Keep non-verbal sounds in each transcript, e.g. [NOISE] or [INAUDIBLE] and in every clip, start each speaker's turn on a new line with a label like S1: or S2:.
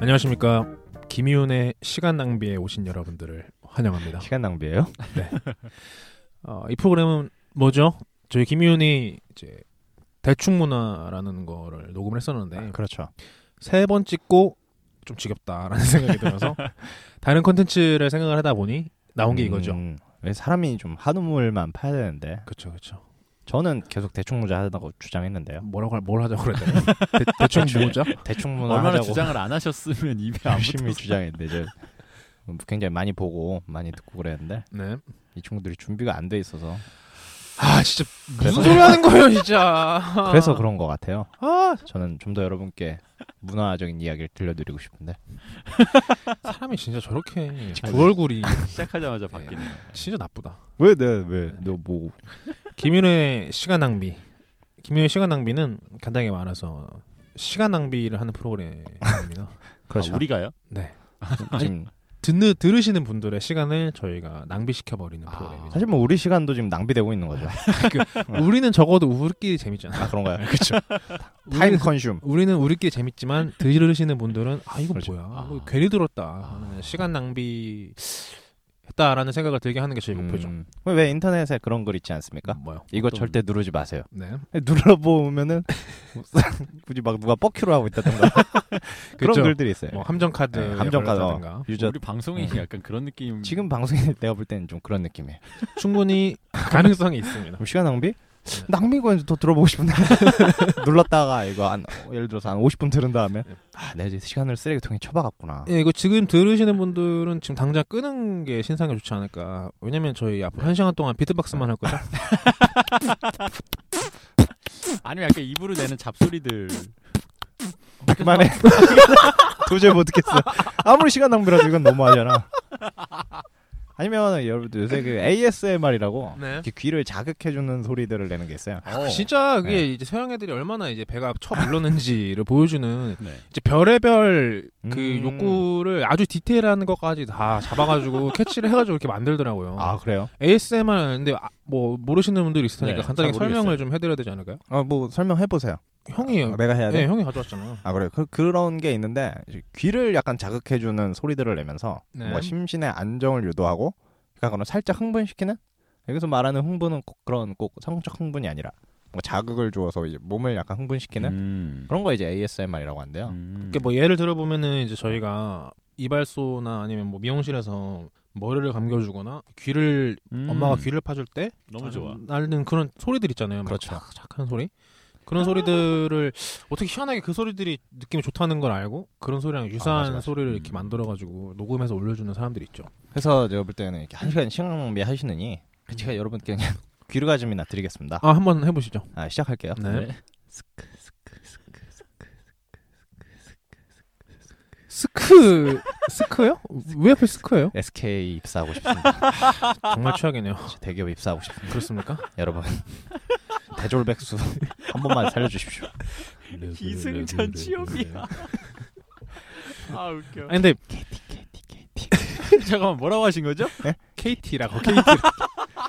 S1: 안녕하십니까 김희훈의 시간 낭비에 오신 여러분들을 환영합니다.
S2: 아, 시간 낭비예요?
S1: 어, 이 프로그램은 뭐죠? 저희 김희훈이 이제 대충 문화라는 거를 녹음을 했었는데
S2: 아, 그렇죠.
S1: 세 번 찍고 좀 지겹다라는 [LAUGHS] 생각이 들어서 다른 콘텐츠를 생각을 하다 보니 나온 게 이거죠.
S2: 음, 왜 사람이 좀 한우물만 파야 되는데
S1: 그렇죠, 그렇죠.
S2: 저는 계속 대충 모자 하다고 주장했는데요.
S1: 뭐라고 할- 뭘 하자고 그랬더니 [LAUGHS] 대, 대충 뭐죠?
S2: 대충 문화
S3: 얼마나
S2: 하자고
S3: 주장을 안 하셨으면 입에 안
S2: [LAUGHS] 열심히
S3: 붙었어.
S2: 주장했는데 이제 뭐 굉장히 많이 보고 많이 듣고 그랬는데
S1: 네.
S2: 이 친구들이 준비가 안 돼 있어서
S1: 아 진짜
S2: 그래서-
S1: 무슨 소리 하는 거예요, 진짜.
S2: 그래서 그런 것 같아요.
S1: 아
S2: 저는 좀 더 여러분께 문화적인 이야기를 들려드리고 싶은데
S1: 사람이 진짜 저렇게 그 얼굴이
S3: [LAUGHS] 시작하자마자
S1: 예.
S3: 아, 바뀌네.
S1: 진짜 나쁘다.
S2: 왜 내 왜너뭐
S1: 김윤의 시간 낭비. 김윤의 시간 낭비는 간단하게 말해서 시간 낭비를 하는
S2: [LAUGHS]
S1: 프로그램입니다.
S2: 그렇죠.
S3: 아, 우리가요?
S1: 네.
S2: 지금
S1: 듣는 들으시는 분들의 시간을 저희가 낭비시켜 버리는
S3: 아,
S1: 프로그램이죠.
S2: 사실 뭐 우리 시간도 지금 낭비되고 있는 거죠.
S1: 뭐 우리는 적어도 우리끼리 재밌잖아.
S2: 아 그런가요?
S1: 그렇죠.
S2: [LAUGHS] 타임 컨슘.
S1: 우리는 우리끼리 재밌지만 들으시는 분들은 아 이거
S2: 그렇죠.
S1: 뭐야?
S3: 아.
S1: 이거 괜히 들었다. 하는 시간 낭비 했다라는 생각을 들게 하는 게 저희 목표죠.
S2: 음. 왜 인터넷에 그런 글 있지 않습니까?
S1: 뭐요?
S2: 이거
S3: 어떤-
S2: 절대 누르지 마세요. [LAUGHS]
S1: 네.
S2: 눌러보면은 뭐 [LAUGHS] 굳이 막 누가 뻑큐로 하고 [LAUGHS] 있다던가 그런
S1: 그렇죠.
S2: 글들이 있어요.
S1: 뭐 함정 카드,
S2: 네, 함정 카드, 유저
S3: 우리 방송이
S1: 예.
S2: 음.
S3: 약간 그런 느낌.
S2: 지금 방송에 [LAUGHS] 내가 볼 때는 좀 그런 느낌이에요. [LAUGHS]
S1: 충분히 가능성이 있습니다.
S2: 그럼 시간 낭비? 낭비고 더 들어보고 [LAUGHS] 싶은데 눌렀다가 이거 한 어, 예를 들어서 한 50분 들은 다음에 아 내가 이제 시간을 쓰레기통에 쳐박았구나.
S1: 예, 이거 지금 들으시는 분들은 지금 당장 끄는 게 신상에 좋지 않을까. 왜냐면 저희 앞으로 한 시간 동안 비트박스만 할 거죠.
S3: 아니면 약간 입으로 내는 잡소리들.
S2: [LAUGHS] 그만해. 도저히 못 듣겠어. 아무리 시간 낭비라도 이건 너무하잖아. 아니면 여러분들 요새 그 ASMR이라고
S1: 네.
S2: 이렇게 귀를 자극해주는 소리들을 내는
S1: 아,
S2: 게 있어요.
S3: 어.
S1: 진짜 그게
S2: 네.
S1: 이제 서양 애들이 얼마나 이제 배가 쳐 불렀는지를 보여주는
S3: 네.
S1: 이제 별의별 그
S2: 음.
S1: 욕구를 아주 디테일한 것까지 다 잡아가지고 캐치를 해가지고 이렇게 만들더라고요.
S2: 아 그래요?
S1: ASMR인데 뭐 모르시는 분들이 있을 테니까
S3: 네,
S1: 간단하게
S3: 잘
S1: 설명을 좀 해드려야 되지 않을까요?
S2: 아 뭐 설명해 보세요.
S1: 형이 예,
S2: 내가 해야 돼.
S1: 형이 가져왔잖아요.
S2: 아 그래 그, 그런 게 있는데 이제 귀를 약간 자극해주는 소리들을 내면서
S1: 네.
S2: 뭔가 심신의 안정을 유도하고 그러니까 그런 살짝 흥분시키는 여기서 말하는 흥분은 꼭 그런 꼭 성적 흥분이 아니라 뭔가 자극을 주어서 이제 몸을 약간 흥분시키는
S3: 음.
S2: 그런 거 이제 ASMR이라고 한대요.
S3: 음.
S1: 네. 그러니까 뭐 예를 들어보면은 이제 저희가 이발소나 아니면 뭐 미용실에서 머리를 감겨주거나 귀를
S3: 음.
S1: 엄마가 귀를 파줄 때
S3: 너무 좋아.
S1: 날리는 그런 소리들 있잖아요. 막
S2: 그렇죠.
S1: 착착한 소리. 그런 소리들을 어떻게 희한하게 그 소리들이 느낌이 좋다는 걸 알고 그런 소리랑 유사한
S2: 맞아, 맞아.
S1: 소리를 이렇게
S3: 음.
S1: 만들어가지고 녹음해서 올려주는 사람들이 있죠.
S2: 그래서 제가 볼 때는 이렇게 한 시간 시간 낭비 하시느니 제가 여러분께 그냥 [LAUGHS] 귀르가즘이나 드리겠습니다.
S1: 아 한번 해보시죠.
S2: 아 시작할게요.
S1: 네. 스크 스크요? 왜 하필 스크예요?
S2: SK 입사하고 싶습니다.
S1: 정말 최악이네요.
S2: 대기업 입사하고 싶습니다.
S1: 그렇습니까?
S2: 여러분 [LAUGHS] 대졸백수 [LAUGHS] 한 번만 살려주십시오.
S3: 네,
S1: 네,
S3: 기승전 취업이야. 아 웃겨.
S1: 아 근데
S3: 잠깐만 뭐라고 하신 거죠?
S1: 네? KT라고 KT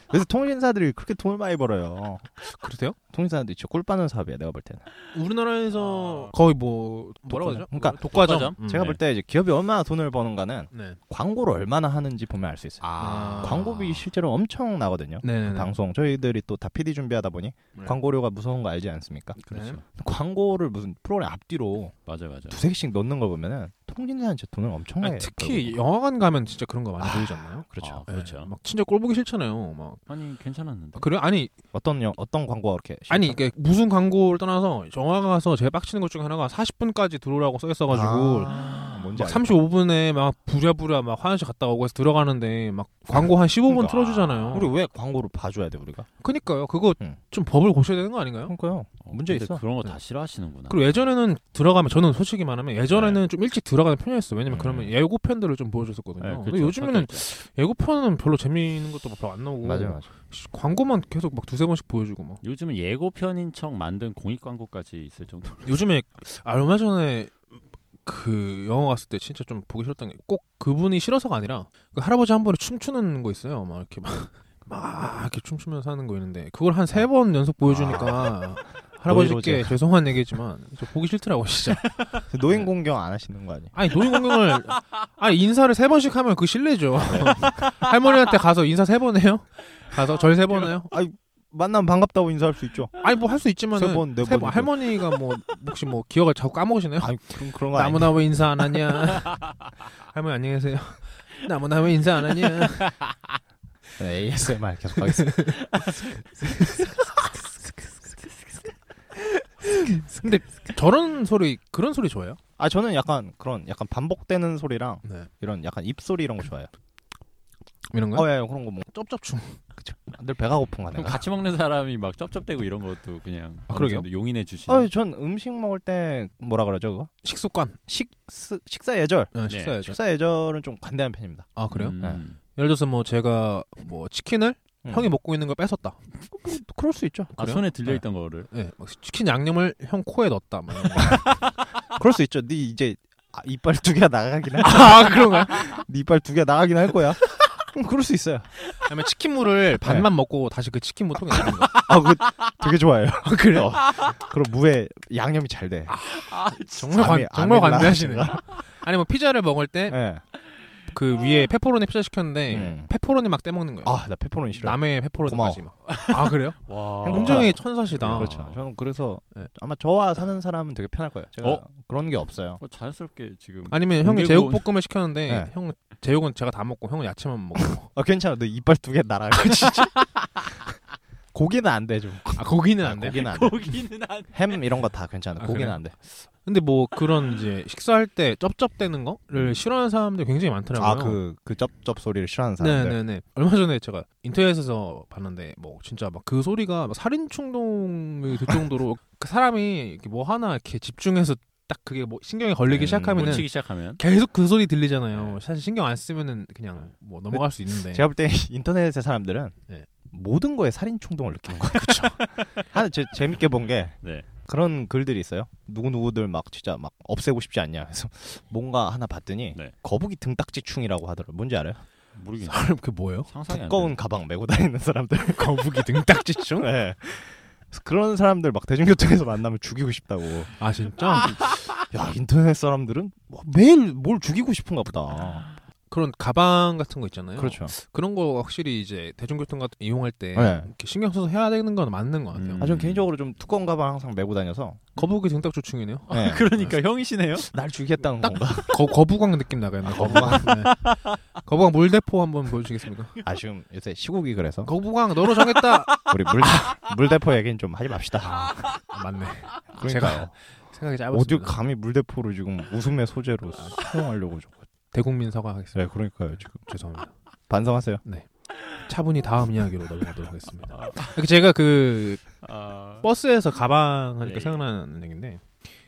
S2: 그래서 통신사들이 그렇게 돈을 많이 벌어요.
S1: 그러세요?
S2: 통신사들이 진짜 꿀 빠는 사업이야 내가 볼 때는.
S1: 우리나라에서
S3: 아.
S1: 거의 뭐 뭐라고
S2: 독과점?
S1: 하죠?
S2: 그러니까
S1: 독과점.
S3: 독과점?
S1: 음,
S2: 제가
S1: 네.
S2: 볼 때 이제 기업이 얼마나 돈을 버는가는
S1: 네.
S2: 광고를 얼마나 하는지 보면 알 수 있어요.
S1: 아.
S2: 광고비 실제로 엄청 나거든요.
S1: 네네네.
S2: 방송 저희들이 또 다 PD 준비하다 보니
S1: 네.
S2: 광고료가 무서운 거 알지 않습니까?
S3: 그렇죠.
S2: 광고를 무슨 프로그램 앞뒤로
S1: 네.
S3: 맞아 맞아.
S2: 두세 개씩 넣는 걸 보면은 통신사는 진짜 돈을 엄청나게
S1: 아니, 특히
S2: 벌고.
S1: 영화관 가면 진짜 그런 거 많이 보이지 않나요?
S2: 그렇죠.
S3: 아, 그렇죠.
S1: 네, 막 진짜 꼴 보기 싫잖아요. 막
S3: 아니 괜찮았는데.
S1: 그래 아니
S2: 어떤 영, 어떤 광고가 그렇게
S1: 아니
S2: 싫다?
S1: 그러니까 무슨 광고를 떠나서 영화 가서 제일 빡치는 것 중에 하나가 40분까지 들어오라고 써 있어가지고
S2: 아, 뭔지
S1: 막
S2: 알겠다.
S1: 35분에 막 부랴부랴 막 화장실 갔다 오고 해서 들어가는데 막 광고 한 15분
S2: 그러니까.
S1: 틀어주잖아요.
S2: 우리 왜 광고를 봐줘야 돼 우리가?
S1: 그니까요. 그거
S2: 응.
S1: 좀 법을 고쳐야 되는 거 아닌가요?
S2: 그러니까요.
S3: 어,
S2: 문제
S3: 근데
S2: 있어.
S1: 네.
S3: 그런 거 다 싫어하시는구나.
S1: 그리고 예전에는 들어가면 저는 솔직히 말하면 예전에는 좀 일찍 들어가는 편이었어요. 왜냐면
S2: 음.
S1: 그러면 예고편들을 좀 보여줬었거든요.
S3: 네,
S1: 근데
S3: 그렇죠.
S1: 요즘에는
S3: 섞여있죠.
S1: 예고편은 별로 재미있는 것도 별로 안 나오고
S2: 맞아요, 맞아요.
S1: 씨, 광고만 계속 막 두세 번씩 보여주고 막
S3: 요즘은 예고편인 척 만든 공익 광고까지 있을 정도. 로
S1: 요즘에 아, 얼마 전에 그 영화 갔을 때 진짜 좀 보기 싫었던 게 꼭 그분이 싫어서가 아니라 그 할아버지 한 번에 춤추는 거 있어요. 막 이렇게 막, 막 이렇게 춤추면서 하는 거 있는데 그걸 한 세 번 연속 보여주니까 아, 할아버지께
S3: 노이로제.
S1: 죄송한 얘기지만 저 보기 싫더라고 진짜.
S2: 그 노인 공경 안 하시는 거 아니에요?
S1: 아니 노인 공경을 아니 인사를 세 번씩 하면 그 실례죠. [LAUGHS] 할머니한테 가서 인사 세 번 해요? 가서 절 세 번 해요?
S2: 만나면 반갑다고 인사할 수 있죠.
S1: 아니 뭐 할 수 있지만
S2: 세 번, 네 번이고.
S1: 할머니가 뭐 혹시 뭐 기억을 자꾸 까먹으시나요?
S2: 아니 그럼 그런 거 [LAUGHS] 아니에요?
S1: 나무나 왜 인사 안 하냐? 할머니 안녕히 계세요. 나무나 왜 인사 안 하냐?
S2: 네, ASMR 계속 하겠습니다.
S1: 근데 저런 소리 그런 소리 좋아요?
S2: 아 저는 약간 그런 약간 반복되는 소리랑
S1: 네.
S2: 이런 약간 입소리 이런 거 좋아해요.
S1: 이런 거?
S2: 어, 예, 그런 거뭐
S1: 쩝쩝충.
S2: 늘 배가 고픈 거
S3: 그럼
S2: 내가.
S3: 같이 먹는 사람이 막 쩝쩝대고 이런 것도 그냥
S1: 아, 그러게요.
S3: 어느 정도 용인해 주시는
S2: 아, 전 음식 먹을 때 뭐라 그러죠 그거?
S1: 식습관.
S2: 식 식사 예절.
S1: 네, 식사야죠.
S2: 식사 예절은 좀 관대한 편입니다.
S1: 아 그래요?
S3: 음.
S1: 예를 들어서 뭐 제가 뭐 치킨을
S2: 음.
S1: 형이 먹고 있는 걸 뺏었다.
S2: 그럴 수 있죠.
S3: 아
S1: 그래요?
S3: 손에 들려 있던 거를
S1: 예, 막 치킨 양념을 형 코에 넣었다. 막 이런 거.
S2: 그럴 수 있죠. 네 이제 아, 이빨 두 개가 나가긴 할.
S1: 아 그런가?
S2: 네 이빨 두 개가 나가긴 할 [LAUGHS] 거야. 음, 그럼 그럴 수 있어요.
S1: 그다음에 치킨물을 반만 먹고 다시 그 치킨물 통에 넣는 거.
S2: 아, 그 되게 좋아해요. 어. 아,
S1: 그래요?
S2: 그럼 무에 양념이 잘 돼.
S1: [LAUGHS] 정말 관,
S2: 아미-
S1: 정말
S2: 아밀라.
S1: 관대하시네. [LAUGHS] 아니 뭐 피자를 먹을 때
S2: 예.
S1: 그 위에 페퍼로니 피자 시켰는데
S2: 음.
S1: 페퍼로니 막 떼먹는 거예요.
S2: 아, 나 페퍼로니 싫어.
S1: 남의 페퍼로니까지 [LAUGHS] 막. 아 그래요?
S3: 와
S1: 굉장히 천사시다.
S2: 그렇죠. 저는 그래서
S1: 네.
S2: 아마 저와 사는 사람은 되게 편할 거예요. 제가
S3: 어?
S2: 그런 게 없어요.
S3: 어, 자연스럽게 지금
S1: 아니면 형이
S3: 공개고-
S1: 제육볶음을 시켰는데
S2: 네.
S1: 형 제육은 제가 다 먹고 형은 야채만 먹고.
S2: 아, 괜찮아. 너 이빨 두 개 날아가. 진짜. [LAUGHS] 고기는 안 돼, 좀.
S1: 아 고기는 안 돼.
S2: 고기는 안 돼.
S3: [LAUGHS] 거기는 안
S2: 햄 이런 거 다 괜찮아.
S1: 아,
S2: 고기는
S1: 그래요?
S2: 안 돼.
S1: 근데 뭐 그런 이제 식사할 때 쩝쩝대는 거를 싫어하는 사람들이 굉장히 많더라고요.
S2: 아, 그, 그 쩝쩝 소리를 싫어하는 사람들.
S1: 네네네. 얼마 전에 제가 인터넷에서 봤는데 뭐 진짜 막 그 소리가 막 살인 충동이 들 정도로 그 사람이 이렇게 뭐 하나 이렇게 집중해서 딱 그게 뭐 신경이 걸리기
S2: 음,
S1: 시작하면은
S3: 꽂히기 시작하면
S1: 계속 그 소리 들리잖아요. 사실 신경 안 쓰면은 그냥 뭐 넘어갈 수 있는데.
S2: 제가 볼 때 [LAUGHS] 인터넷의 사람들은
S1: 네.
S2: 모든 거에 살인 충동을 느끼는 거예요. [LAUGHS] 하나 제, 재밌게 본 게
S3: 네.
S2: 그런 글들이 있어요. 누구 누구들 막 진짜 막 없애고 싶지 않냐. 그래서 뭔가 하나 봤더니
S3: 네.
S2: 거북이 등딱지충이라고 하더라고. 뭔지 알아요?
S3: 모르겠네
S1: 사람 그 뭐예요?
S3: 상상이 안
S2: 두꺼운 가방 메고 다니는 사람들.
S1: [LAUGHS] 거북이 등딱지충?
S2: [LAUGHS] 네. 그래서 그런 사람들 막 대중교통에서 만나면 죽이고 싶다고.
S1: 아 진짜?
S2: 야 인터넷 사람들은 뭐 매일 뭘 죽이고 싶은가 보다.
S1: 그런 가방 같은 거 있잖아요.
S2: 그렇죠.
S1: 그런 거 확실히 이제 대중교통 같은 거 이용할 때
S2: 네.
S1: 이렇게 신경 써서 해야 되는 건 맞는 것 같아요.
S3: 음.
S2: 아, 전 개인적으로 좀 두꺼운 가방 항상 메고 다녀서
S1: 거북이 등딱지충이네요.
S2: 네.
S3: 되네. [LAUGHS]
S1: [LAUGHS]
S3: 그러니까 형이시네요
S2: 날 죽이겠다는 건가?
S1: 거, 거북왕 느낌 나가요. 나 거북왕. 네. 거북왕 물대포 한번 보여주시겠습니까?
S2: 아쉬움 요새 시국이 그래서
S1: 거북왕 너로 정했다.
S2: 우리 물 물대포 얘기는 좀 하지 맙시다.
S1: 아, 맞네.
S2: 그러니까요.
S1: 제가 생각이 짧았습니다. 아.
S2: 어디 감히 물대포를 지금 웃음의 소재로 사용하려고 저거.
S1: 대국민 사과하겠습니다.
S2: 네, 그러니까요. 지금
S1: 죄송합니다.
S2: 반성하세요.
S1: 차분히 다음 이야기로 넘어가도록 하겠습니다. 이렇게 제가 그
S3: 아...
S1: 버스에서 가방 하니까
S3: 네.
S1: 생각나는 얘기인데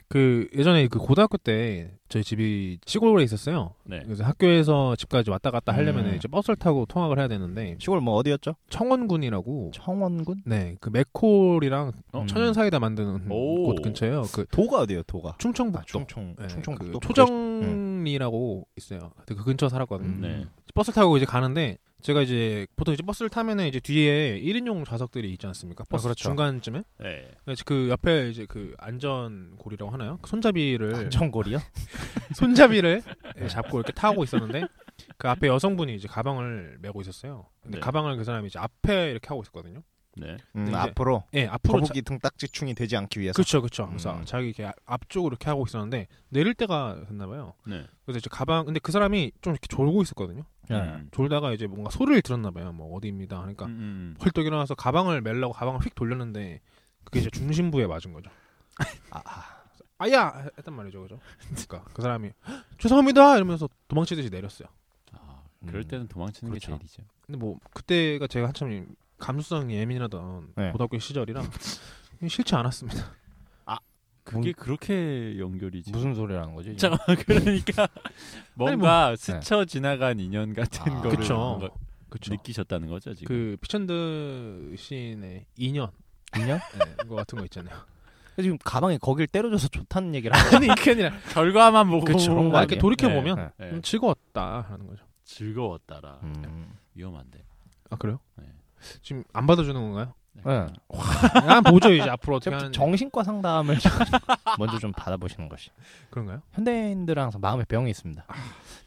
S1: 그 예전에 그 고등학교 때 저희 집이 시골에 있었어요.
S3: 네.
S1: 그래서 학교에서 집까지 왔다 갔다 하려면
S2: 음.
S1: 이제 버스를 타고 통학을 해야 되는데
S2: 시골 뭐 어디였죠?
S1: 청원군이라고
S2: 청원군?
S1: 네 그 맥콜이랑
S3: 어?
S2: 음.
S1: 천연 사이다 만드는
S3: 오.
S1: 곳 근처예요. 그
S2: 도가 어디예요? 도가.
S1: 충청북도.
S2: 아, 충청
S1: 네,
S2: 충청북도.
S1: 그 초정리라고 있어요. 그때 그 근처 살았거든요.
S2: 음.
S3: 네.
S1: 버스 타고 이제 가는데 제가 이제 보통 이제 버스를 타면은 이제 뒤에 1인용 좌석들이 있지 않습니까? 버스
S2: 그렇죠.
S1: 중간쯤에
S3: 네.
S1: 그래서 그 옆에 이제 그 안전고리라고 하나요? 네. 그 손잡이를
S2: 안전거리요?
S1: [LAUGHS] 손잡이를 예, 잡고 이렇게 타고 있었는데 그 앞에 여성분이 이제 가방을 메고 있었어요. 근데
S3: 네.
S1: 가방을 그 사람이 이제 앞에 이렇게 하고 있었거든요.
S3: 네.
S2: 음,
S1: 이제
S2: 앞으로
S1: 예, 앞으로 자-
S2: 거북이 등딱지충이 되지 않기 위해서.
S1: 그렇죠, 그렇죠. 그래서
S2: 음.
S1: 자기 이렇게 앞쪽으로 이렇게 하고 있었는데 내릴 때가 됐나 봐요.
S3: 네.
S1: 그래서 이제 가방 근데 그 사람이 좀 이렇게 졸고 있었거든요.
S2: 그
S1: 네,
S3: 음.
S1: 졸다가 이제 뭔가 소리를 들었나 봐요. 뭐 어디입니다. 하니까
S3: 음, 음.
S1: 헐떡 일어나서 가방을 메려고 가방을 휙 돌렸는데 그게 이제 중심부에 맞은 거죠.
S2: 아, 아.
S1: 아야 했단 말이죠, 그죠? 그러니까 그 사람이 "헉, 죄송합니다 이러면서 도망치듯이 내렸어요.
S3: 아, 그럴
S2: 음.
S3: 때는 도망치는
S2: 그렇죠.
S3: 게 제일이죠
S1: 근데 뭐 그때가 제가 한참 감수성이 예민하던
S2: 네.
S1: 고등학교 시절이라 싫지 않았습니다.
S3: 그게 그렇게 연결이지
S2: 무슨 소리라는
S1: 예,
S2: 거지? 이게?
S3: 잠깐만 [LAUGHS]
S1: [LAUGHS]
S3: 그러니까 뭔가 스쳐 지나간 인연 같은
S2: 아,
S1: 뭐,
S3: 거를
S1: 네. 그쵸.
S3: 뭔가
S1: 그쵸.
S3: 느끼셨다는 거죠 지금
S1: 그 피천드 시인의 인연
S2: 인연?
S1: 네, 그거 같은 거 있잖아요.
S2: 지금 가방에 거길 때려줘서 좋다는 얘기를 하는
S1: [LAUGHS] 아니 이게 아니라
S3: 결과만 보고
S2: 그쵸. 그런 거
S1: 뭔가 이렇게
S2: 아니에요?
S1: 돌이켜
S3: 네,
S1: 보면
S2: 거예요.
S3: 네.
S1: 음, 즐거웠다라는 거죠.
S3: 즐거웠다라 예,
S2: 음.
S3: 위험한데
S1: 아 그래요?
S3: 네.
S1: 지금 안 받아주는 건가요?
S2: 예.
S1: 난 보죠 이제 앞으로 어떻게
S2: 저-
S1: 하는
S2: 정신과 상담을 [LAUGHS] 먼저 좀 받아보시는 것이
S1: 그런가요?
S2: 현대인들은 항상 마음의 병이 있습니다.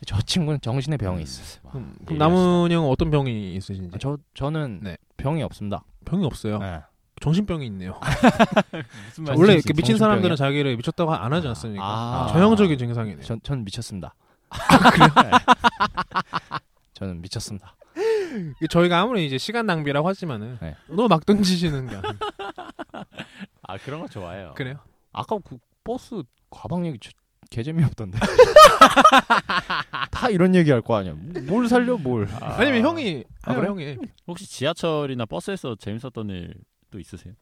S2: 저 친구는 정신의 병이 있어요.
S1: 아. 음. 그럼, 그럼 남은 형은 어떤 병이 있으신지?
S2: 저 저는
S1: 네.
S2: 병이 없습니다.
S1: 아, 병이 없어요. 아,
S2: 예.
S1: 정신병이 있네요.
S3: 무슨
S2: 저-
S3: 말인지
S1: 원래
S2: 정신-
S1: 이렇게 미친
S2: 정신병이요?
S1: 사람들은 자기를 미쳤다고 안 하지 않습니까?
S2: 아.
S1: 전형적인 증상이네요. 아,
S2: 전, 전 미쳤습니다. [LAUGHS] 네. 저는 미쳤습니다.
S1: 이게 저희가 아무리 이제 시간 낭비라고 하지만은
S2: 네.
S1: 너무 막 던지시는 게 아니에요.
S3: 아 그런 거 좋아해요.
S1: [LAUGHS] 그래요?
S2: 아까 그 버스 과방 얘기 저- 개 재미없던데.
S1: [LAUGHS]
S2: 다 이런 얘기 할 거 아니야. 뭘 살려 뭘.
S3: 아,
S1: 아니면 형이
S2: 아,
S1: 아,
S2: 그래요?
S1: 형이
S3: 혹시 지하철이나 버스에서 재밌었던 일 또 있으세요?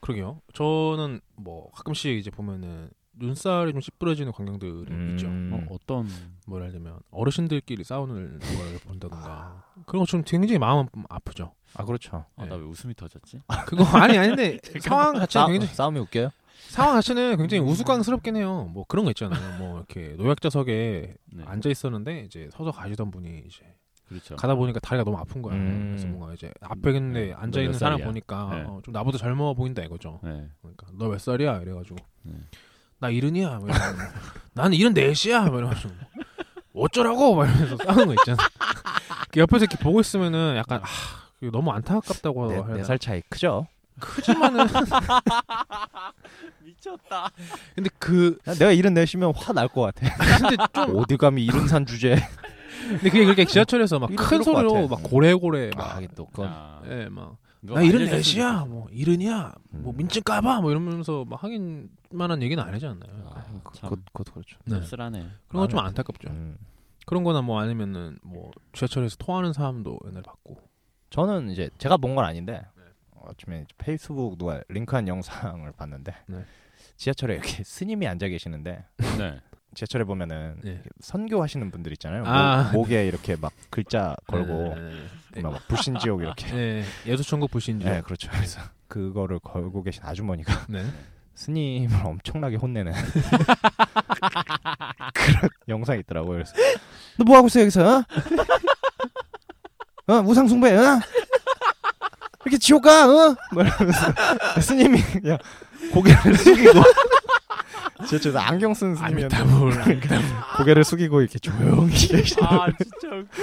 S1: 그러게요. 저는 뭐 가끔씩 이제 보면은 눈살이 좀 찌푸려지는 광경들이
S2: 음.
S1: 있죠. 어,
S3: 어, 어떤
S1: 뭐라 하자면 어르신들끼리 싸우는 걸 본다든가 그런 거 좀 굉장히 마음 아프죠.
S2: 아 그렇죠.
S3: 아,
S1: 네.
S3: 나 왜 웃음이 터졌지?
S1: 그거 [LAUGHS] 아니 아닌데 상황 자체는
S2: 싸-
S1: 굉장히
S2: 싸움이 웃겨요?
S1: 상황 자체는
S3: 음.
S1: 굉장히 우스꽝스럽긴 해요. 뭐 그런 거 있잖아요. 뭐 이렇게 노약자석에
S3: 네,
S1: 앉아 있었는데 이제 서서 가시던 분이 이제
S3: 그렇죠.
S1: 가다 보니까 다리가 너무 아픈 거야.
S2: 음.
S1: 그래서 뭔가 이제 앞에 근데
S3: 네.
S1: 앉아
S3: 너몇
S1: 있는 사람
S3: 살이야?
S1: 보니까
S3: 네.
S1: 어, 좀 나보다 젊어 보인다 이거죠.
S3: 네.
S1: 그러니까 너 몇 살이야? 이래가지고
S3: 네.
S1: 나 이른이야. 뭐 이러고 [LAUGHS] 나는 이른 넷이야. 뭐 이러가지고 어쩌라고 막 이러면서 싸우는 거 있잖아. 그 옆에서 이렇게 보고 있으면은 약간 아 이거 너무 안타깝다고 해야 되나?
S2: 어, 네살 차이 크죠.
S1: 크지만은
S3: [LAUGHS] 미쳤다.
S1: 근데 그
S2: 야, 내가 이런 내시면 화 날 것 같아.
S1: [LAUGHS] 근데 좀 아,
S2: 어디 감히 이런 산 주제.
S1: 근데 그게 그렇게 지하철에서 막
S2: 이럴
S1: 큰
S2: 것
S1: 소리로
S2: 같아.
S1: 막 고래고래
S2: 아,
S1: 막
S2: 이게 또 그건
S3: 아,
S1: 예, 막
S3: 누가
S1: 나 이른
S3: 알려줬으면
S1: 넷이야,
S3: 좋겠어.
S1: 뭐 이른이야, 뭐
S2: 음.
S1: 민증 까봐, 뭐 이러면서 막 하긴 만한 얘기는 안 하지 않나요?
S3: 아, 참
S2: 그것 그것 그렇죠.
S1: 네.
S3: 쓸쓸하네.
S1: 그런 건 좀
S2: 마음에
S1: 안타깝죠.
S2: 음.
S1: 그런거나 뭐 아니면은 뭐 지하철에서 토하는 사람도 옛날에 봤고.
S2: 저는 이제 제가 본 건 아닌데
S1: 네.
S2: 아침에 이제 페이스북 누가 링크한 영상을 봤는데
S1: 네.
S2: 지하철에 이렇게 스님이 앉아 계시는데
S3: 네.
S2: 지하철에 보면은
S1: 네.
S2: 이렇게 선교하시는 분들 있잖아요.
S1: 아.
S2: 목, 에 이렇게 막 글자 걸고
S1: 네, 네,
S2: 막 불신지옥 이렇게.
S1: 네, 예수천국 불신주.
S2: 네,
S1: [LAUGHS] 네.
S2: 그렇죠. 그래서 그거를 걸고 계신 아주머니가 [LAUGHS]
S1: 네.
S2: 스님을 [LAUGHS] 엄청나게 혼내는 그런 영상이 있더라고요. 그래서 너 뭐 하고 있어 여기서? 어? 어 우상 숭배? 어? 이렇게 지옥 가? 어? 뭐 이러면서 [LAUGHS] 스님이 그냥 고개를 숙이고 [LAUGHS] 진짜 저 안경 쓴 [LAUGHS] 스님이었는데
S1: 아미타불. 아미타불.
S2: 고개를 숙이고 이렇게 [LAUGHS] 조용히 계시는
S3: 아
S1: [LAUGHS]
S3: 진짜 웃겨.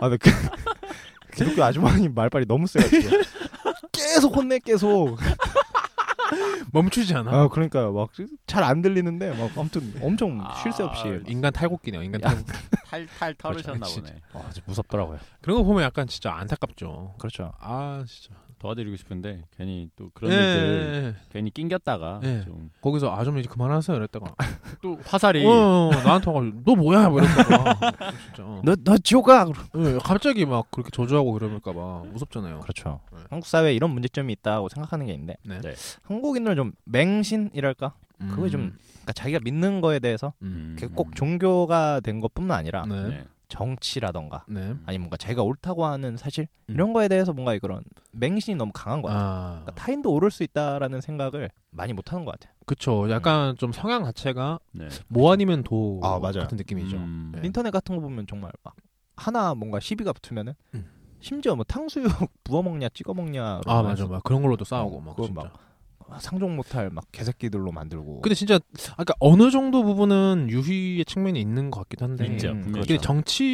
S2: 아, 근데 그 기독교 아주머니 말빨이 너무 세가지고 [LAUGHS] 계속 혼내 계속.
S1: [LAUGHS] 멈추지 않아.
S2: 아, 그러니까 막 잘 안 들리는데 막 아무튼 엄청
S3: 아,
S2: 쉴 새 없이.
S1: 인간 탈곡기네요. 인간 탈곡기.
S3: 탈탈 털으셨나
S1: 그렇죠.
S3: 보네.
S2: 와, 진짜 무섭더라고요.
S1: 그런 거 보면 약간 진짜 안타깝죠.
S2: 그렇죠.
S1: 아 진짜.
S3: 도와드리고 싶은데 괜히 또 그런
S1: 예,
S3: 일들
S1: 예, 예.
S3: 괜히 낑겼다가
S1: 예.
S3: 좀
S1: 거기서 아 좀 이제 그만하세요 이랬다가
S3: 또 화살이
S2: 네.
S1: 어, 어, 나한테 와가지고 너 뭐야 뭐 이랬다가 진짜 어.
S2: 너, 너 지옥 가! 그러-
S1: 예, 갑자기 막 그렇게 저주하고 그러니까 막 무섭잖아요.
S2: 그렇죠.
S1: 네.
S2: 한국 사회에 이런 문제점이 있다고 생각하는 게 있는데
S1: 네.
S3: 네.
S2: 한국인들은 좀 맹신이랄까?
S1: 음.
S2: 그거 좀- 그러니까 자기가 믿는 거에 대해서
S1: 음.
S2: 그게 꼭 종교가 된 것뿐만 아니라
S1: 네. 네.
S3: 네.
S2: 정치라던가 아니면 뭔가 자기가 옳다고 하는 사실
S1: 음.
S2: 이런 거에 대해서 뭔가 그런 맹신이 너무 강한 것 같아요.
S1: 아.
S2: 그러니까 타인도 오를 수 있다라는 생각을 많이 못하는 것 같아요.
S1: 그쵸. 약간 좀 성향 자체가
S3: 네.
S1: 뭐 아니면 도
S2: 음. 아, 맞아요.
S1: 같은 느낌이죠.
S3: 음.
S1: 네.
S2: 인터넷 같은 거 보면 정말 막 하나 뭔가 시비가 붙으면은
S1: 음.
S2: 심지어 뭐 탕수육 [LAUGHS] 부어 먹냐 찍어 먹냐
S1: 아 맞아, 막 그런 걸로도 싸우고
S2: 어,
S1: 막
S2: 그거
S1: 진짜.
S2: 막. 상종 못할 막 개새끼들로 만들고
S1: 근데 진짜 아까 어느 정도 부분은 유희의 측면이 있는 것 같기도 한데.
S3: 있죠.
S2: 음,
S3: 분명히.
S1: 이게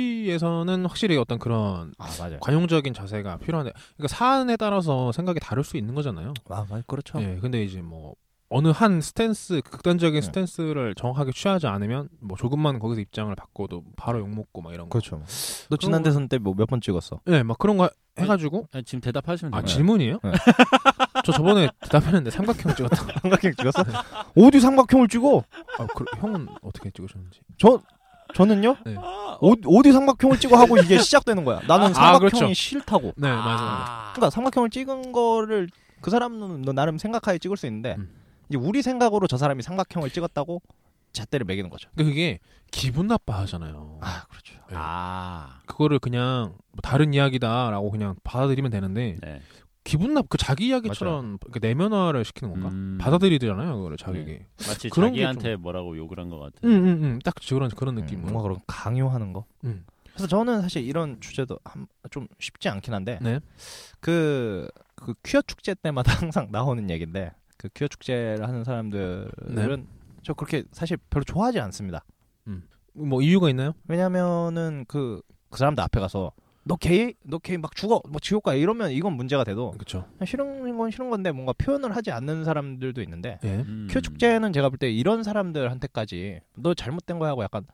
S1: 정치에서는 확실히 어떤 그런
S2: 아 맞아요
S1: 관용적인 자세가 필요한데, 그러니까 사안에 따라서 생각이 다를 수 있는 거잖아요.
S2: 아 맞- 그렇죠
S1: 예, 근데 이제 뭐 어느 한 스탠스 극단적인
S2: 네.
S1: 스탠스를 정확하게 취하지 않으면 뭐 조금만 거기서 입장을 바꿔도 바로 욕 먹고 막 이런 거.
S2: 그렇죠 너
S1: 그럼-
S2: 지난 대선 때뭐 몇 번 찍었어 [LAUGHS]
S1: 예, 막 그런 거 해가지고
S3: 아, 지금 대답하시면
S1: 아
S3: 돼요.
S1: 질문이에요?
S2: 네.
S1: [LAUGHS] 저 저번에 대답했는데 삼각형 찍었다.
S2: 삼각형 찍었어 어디 삼각형을 찍어
S1: 아, 그, 형은 어떻게 찍으셨는지.
S2: 저 저는요
S1: 네.
S2: 어, 어디 삼각형을 찍어 하고 이게 시작되는 거야 나는 삼각형이
S1: 아, 그렇죠.
S2: 싫다고
S1: 네 맞아요.
S2: 그러니까 삼각형을 찍은 거를 그 사람은 너 나름 생각하에 찍을 수 있는데
S1: 음.
S2: 이제 우리 생각으로 저 사람이 삼각형을 찍었다고 잣대를 매기는 거죠.
S1: 근데 그러니까 그게 기분 나빠하잖아요.
S2: 아 그렇죠.
S1: 예.
S3: 아.
S1: 그거를 그냥 뭐 다른 이야기다라고 그냥 받아들이면 되는데
S3: 네.
S1: 기분 나그 자기 이야기처럼 이렇게 내면화를 시키는 건가?
S3: 음.
S1: 받아들이잖아요 그거를
S2: 네.
S1: 자기에게.
S3: 마치
S1: 그런 게
S3: 자기한테 뭐라고 욕을 한 것 같아.
S1: 응응응 딱 그런 그런
S2: 음,
S1: 느낌으로.
S2: 뭔가 그런 강요하는 거.
S1: 음.
S2: 그래서 저는 사실 이런 주제도 한- 좀 쉽지 않긴 한데
S1: 네.
S2: 그, 그 퀴어 축제 때마다 [LAUGHS] 항상 나오는 얘기인데 그 퀴어 축제를 하는 사람들은
S1: 네.
S2: 저 그렇게 사실 별로 좋아하지 않습니다.
S1: 뭐 이유가 있나요?
S2: 왜냐면은 그, 그 사람들 앞에 가서 너 게이? 너 게이 막 죽어? 뭐 지옥 가? 이러면 이건 문제가 돼도
S1: 그렇죠.
S2: 그냥 싫은 건 싫은 건데 뭔가 표현을 하지 않는 사람들도 있는데
S1: 예.
S3: 음.
S2: 퀴어 축제는 제가 볼 때 이런 사람들한테까지 너 잘못된 거야 하고 약간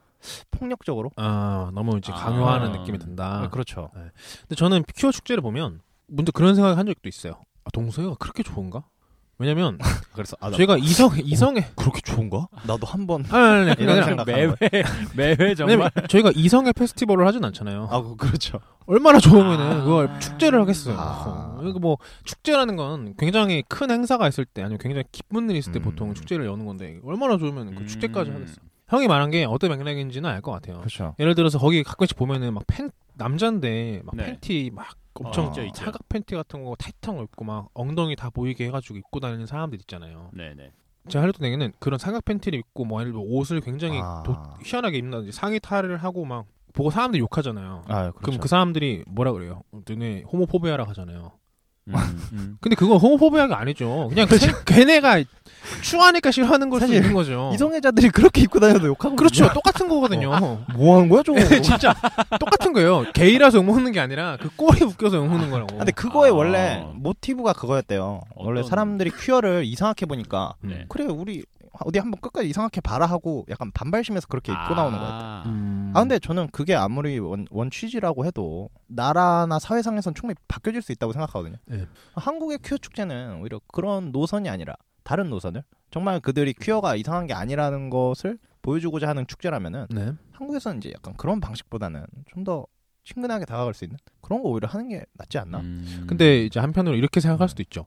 S2: 폭력적으로
S1: 아 너무 이제
S3: 아.
S1: 강요하는 느낌이 든다.
S2: 네, 그렇죠.
S1: 근데 저는 퀴어 축제를 보면 문제 그런 생각을 한 적도 있어요. 아, 동서애가 그렇게 좋은가? 왜냐면
S2: 그래서 아, 나
S1: 제가 이성 이성에
S2: 그렇게 좋은가? 나도 한번
S1: 아니, 아니, 아니, 그게
S2: [LAUGHS] 이런
S1: 아니라
S2: 생각하는
S3: 매회
S2: 거예요.
S3: 매회
S1: 왜냐면
S3: 정말
S1: 저희가 이성의 페스티벌을 하진 않잖아요.
S2: 아 그- 그렇죠.
S1: 얼마나 좋으면은
S3: 아.
S1: 그걸 축제를 하겠어요.
S2: 아.
S1: 그러니까 뭐 축제라는 건 굉장히 큰 행사가 있을 때 아니면 굉장히 기쁜 일이 있을 때
S2: 음.
S1: 보통 축제를 여는 건데 얼마나 좋으면 그 축제까지
S3: 음.
S1: 하겠어. 형이 말한 게 어떤 맥락인지는 알 것 같아요.
S2: 그렇죠.
S1: 예를 들어서 거기 가끔씩 보면은 막 팬 남잔데 막
S3: 네.
S1: 팬티 막 엄청
S2: 어, 있죠,
S3: 있죠.
S1: 사각 팬티 같은 거 타이트한 거 입고 막 엉덩이 다 보이게 해가지고 입고 다니는 사람들 있잖아요.
S3: 네네
S1: 제가 하려던 얘기는 그런 사각 팬티를 입고 뭐 예를 들어 옷을 굉장히
S2: 아.
S1: 도, 희한하게 입는다든지 상의 탈의를 하고 막 보고 사람들이 욕하잖아요.
S2: 아
S1: 그럼
S2: 그렇죠.
S1: 그 사람들이 뭐라 그래요? 너네 호모포비아라 하잖아요.
S3: 음, 음.
S1: 근데 그건 호모포비아가 아니죠. 그냥 [LAUGHS] 걔- 걔네가 추하니까 싫어하는 걸 수도
S2: 사실
S1: 있는 거죠.
S2: 이성애자들이 그렇게 입고 다녀도 욕하고
S1: 그렇죠. 똑같은 거거든요.
S2: 뭐 하는 거야 [LAUGHS] 저거?
S1: 어. [LAUGHS] 진짜 똑같은 거예요. 게이라서 욕먹는 게 아니라 그 꼴이 웃겨서 욕먹는 거라고.
S2: 근데 그거에
S3: 아.
S2: 원래 모티브가 그거였대요. 원래
S3: 어떤-
S2: 사람들이 퀴어를 이상하게 보니까
S1: 음.
S3: 네.
S2: 그래 우리 어디 한번 끝까지 이상하게 봐라 하고 약간 반발심에서 그렇게
S3: 아.
S2: 입고 나오는 거예요.
S3: 거야.
S1: 음.
S2: 아 근데 저는 그게 아무리 원, 원 취지라고 해도 나라나 사회상에선 충분히 바뀌어질 수 있다고 생각하거든요.
S1: 예.
S2: 한국의 퀴어 축제는 오히려 그런 노선이 아니라 다른 노선을 정말 그들이 퀴어가 이상한 게 아니라는 것을 보여주고자 하는 축제라면은
S1: 네.
S2: 한국에서는 이제 약간 그런 방식보다는 좀 더 친근하게 다가갈 수 있는 그런 거 오히려 하는 게 낫지 않나?
S3: 음.
S1: 음. 근데 이제 한편으로 이렇게 생각할 수도 있죠.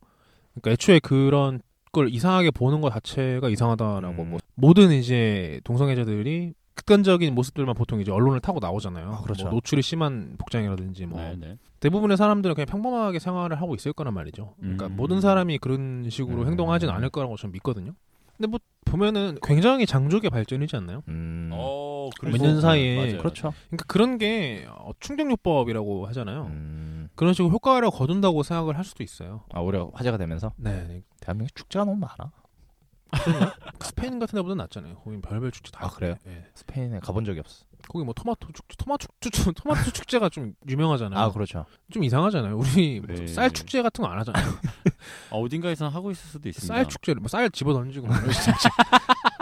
S1: 그러니까 애초에 그런 걸 이상하게 보는 것 자체가 이상하다라고
S2: 음.
S1: 뭐 모든 이제 동성애자들이 극단적인 모습들만 보통 이제 언론을 타고 나오잖아요.
S2: 아, 그렇죠.
S1: 뭐 노출이 심한 복장이라든지 뭐
S3: 네네
S1: 대부분의 사람들은 그냥 평범하게 생활을 하고 있을 거란 말이죠. 그러니까
S3: 음.
S1: 모든 사람이 그런 식으로
S2: 음.
S1: 행동하진 않을 거라고 저는 믿거든요. 근데 뭐 보면은 굉장히 장족의 발전이지 않나요?
S2: 음.
S3: 어,
S1: 몇년 사이에
S2: 그렇죠.
S1: 그러니까 그런 게 어, 충격요법이라고 하잖아요.
S2: 음.
S1: 그런 식으로 효과를 거둔다고 생각을 할 수도 있어요.
S2: 아 오히려 화제가 되면서
S1: 네,
S2: 대한민국 축제가 너무 많아.
S1: 스페인 같은 데보다 낫잖아요. 거긴 별별 축제 다.
S2: 아, 그래요?
S1: 있고, 예.
S2: 스페인에 가본 적이 없어.
S1: 거기 뭐 토마토 축제, 토마토 축제, 토마토 축제가 좀 유명하잖아요.
S2: 아 그렇죠.
S1: 좀 이상하잖아요. 우리 뭐
S3: 왜
S1: 쌀 축제 같은 거 안 하잖아요.
S3: 아, 어딘가에서는 하고 있을 수도 있습니다.
S1: 쌀 축제를 뭐쌀 집어 던지고 막 이런 식으로.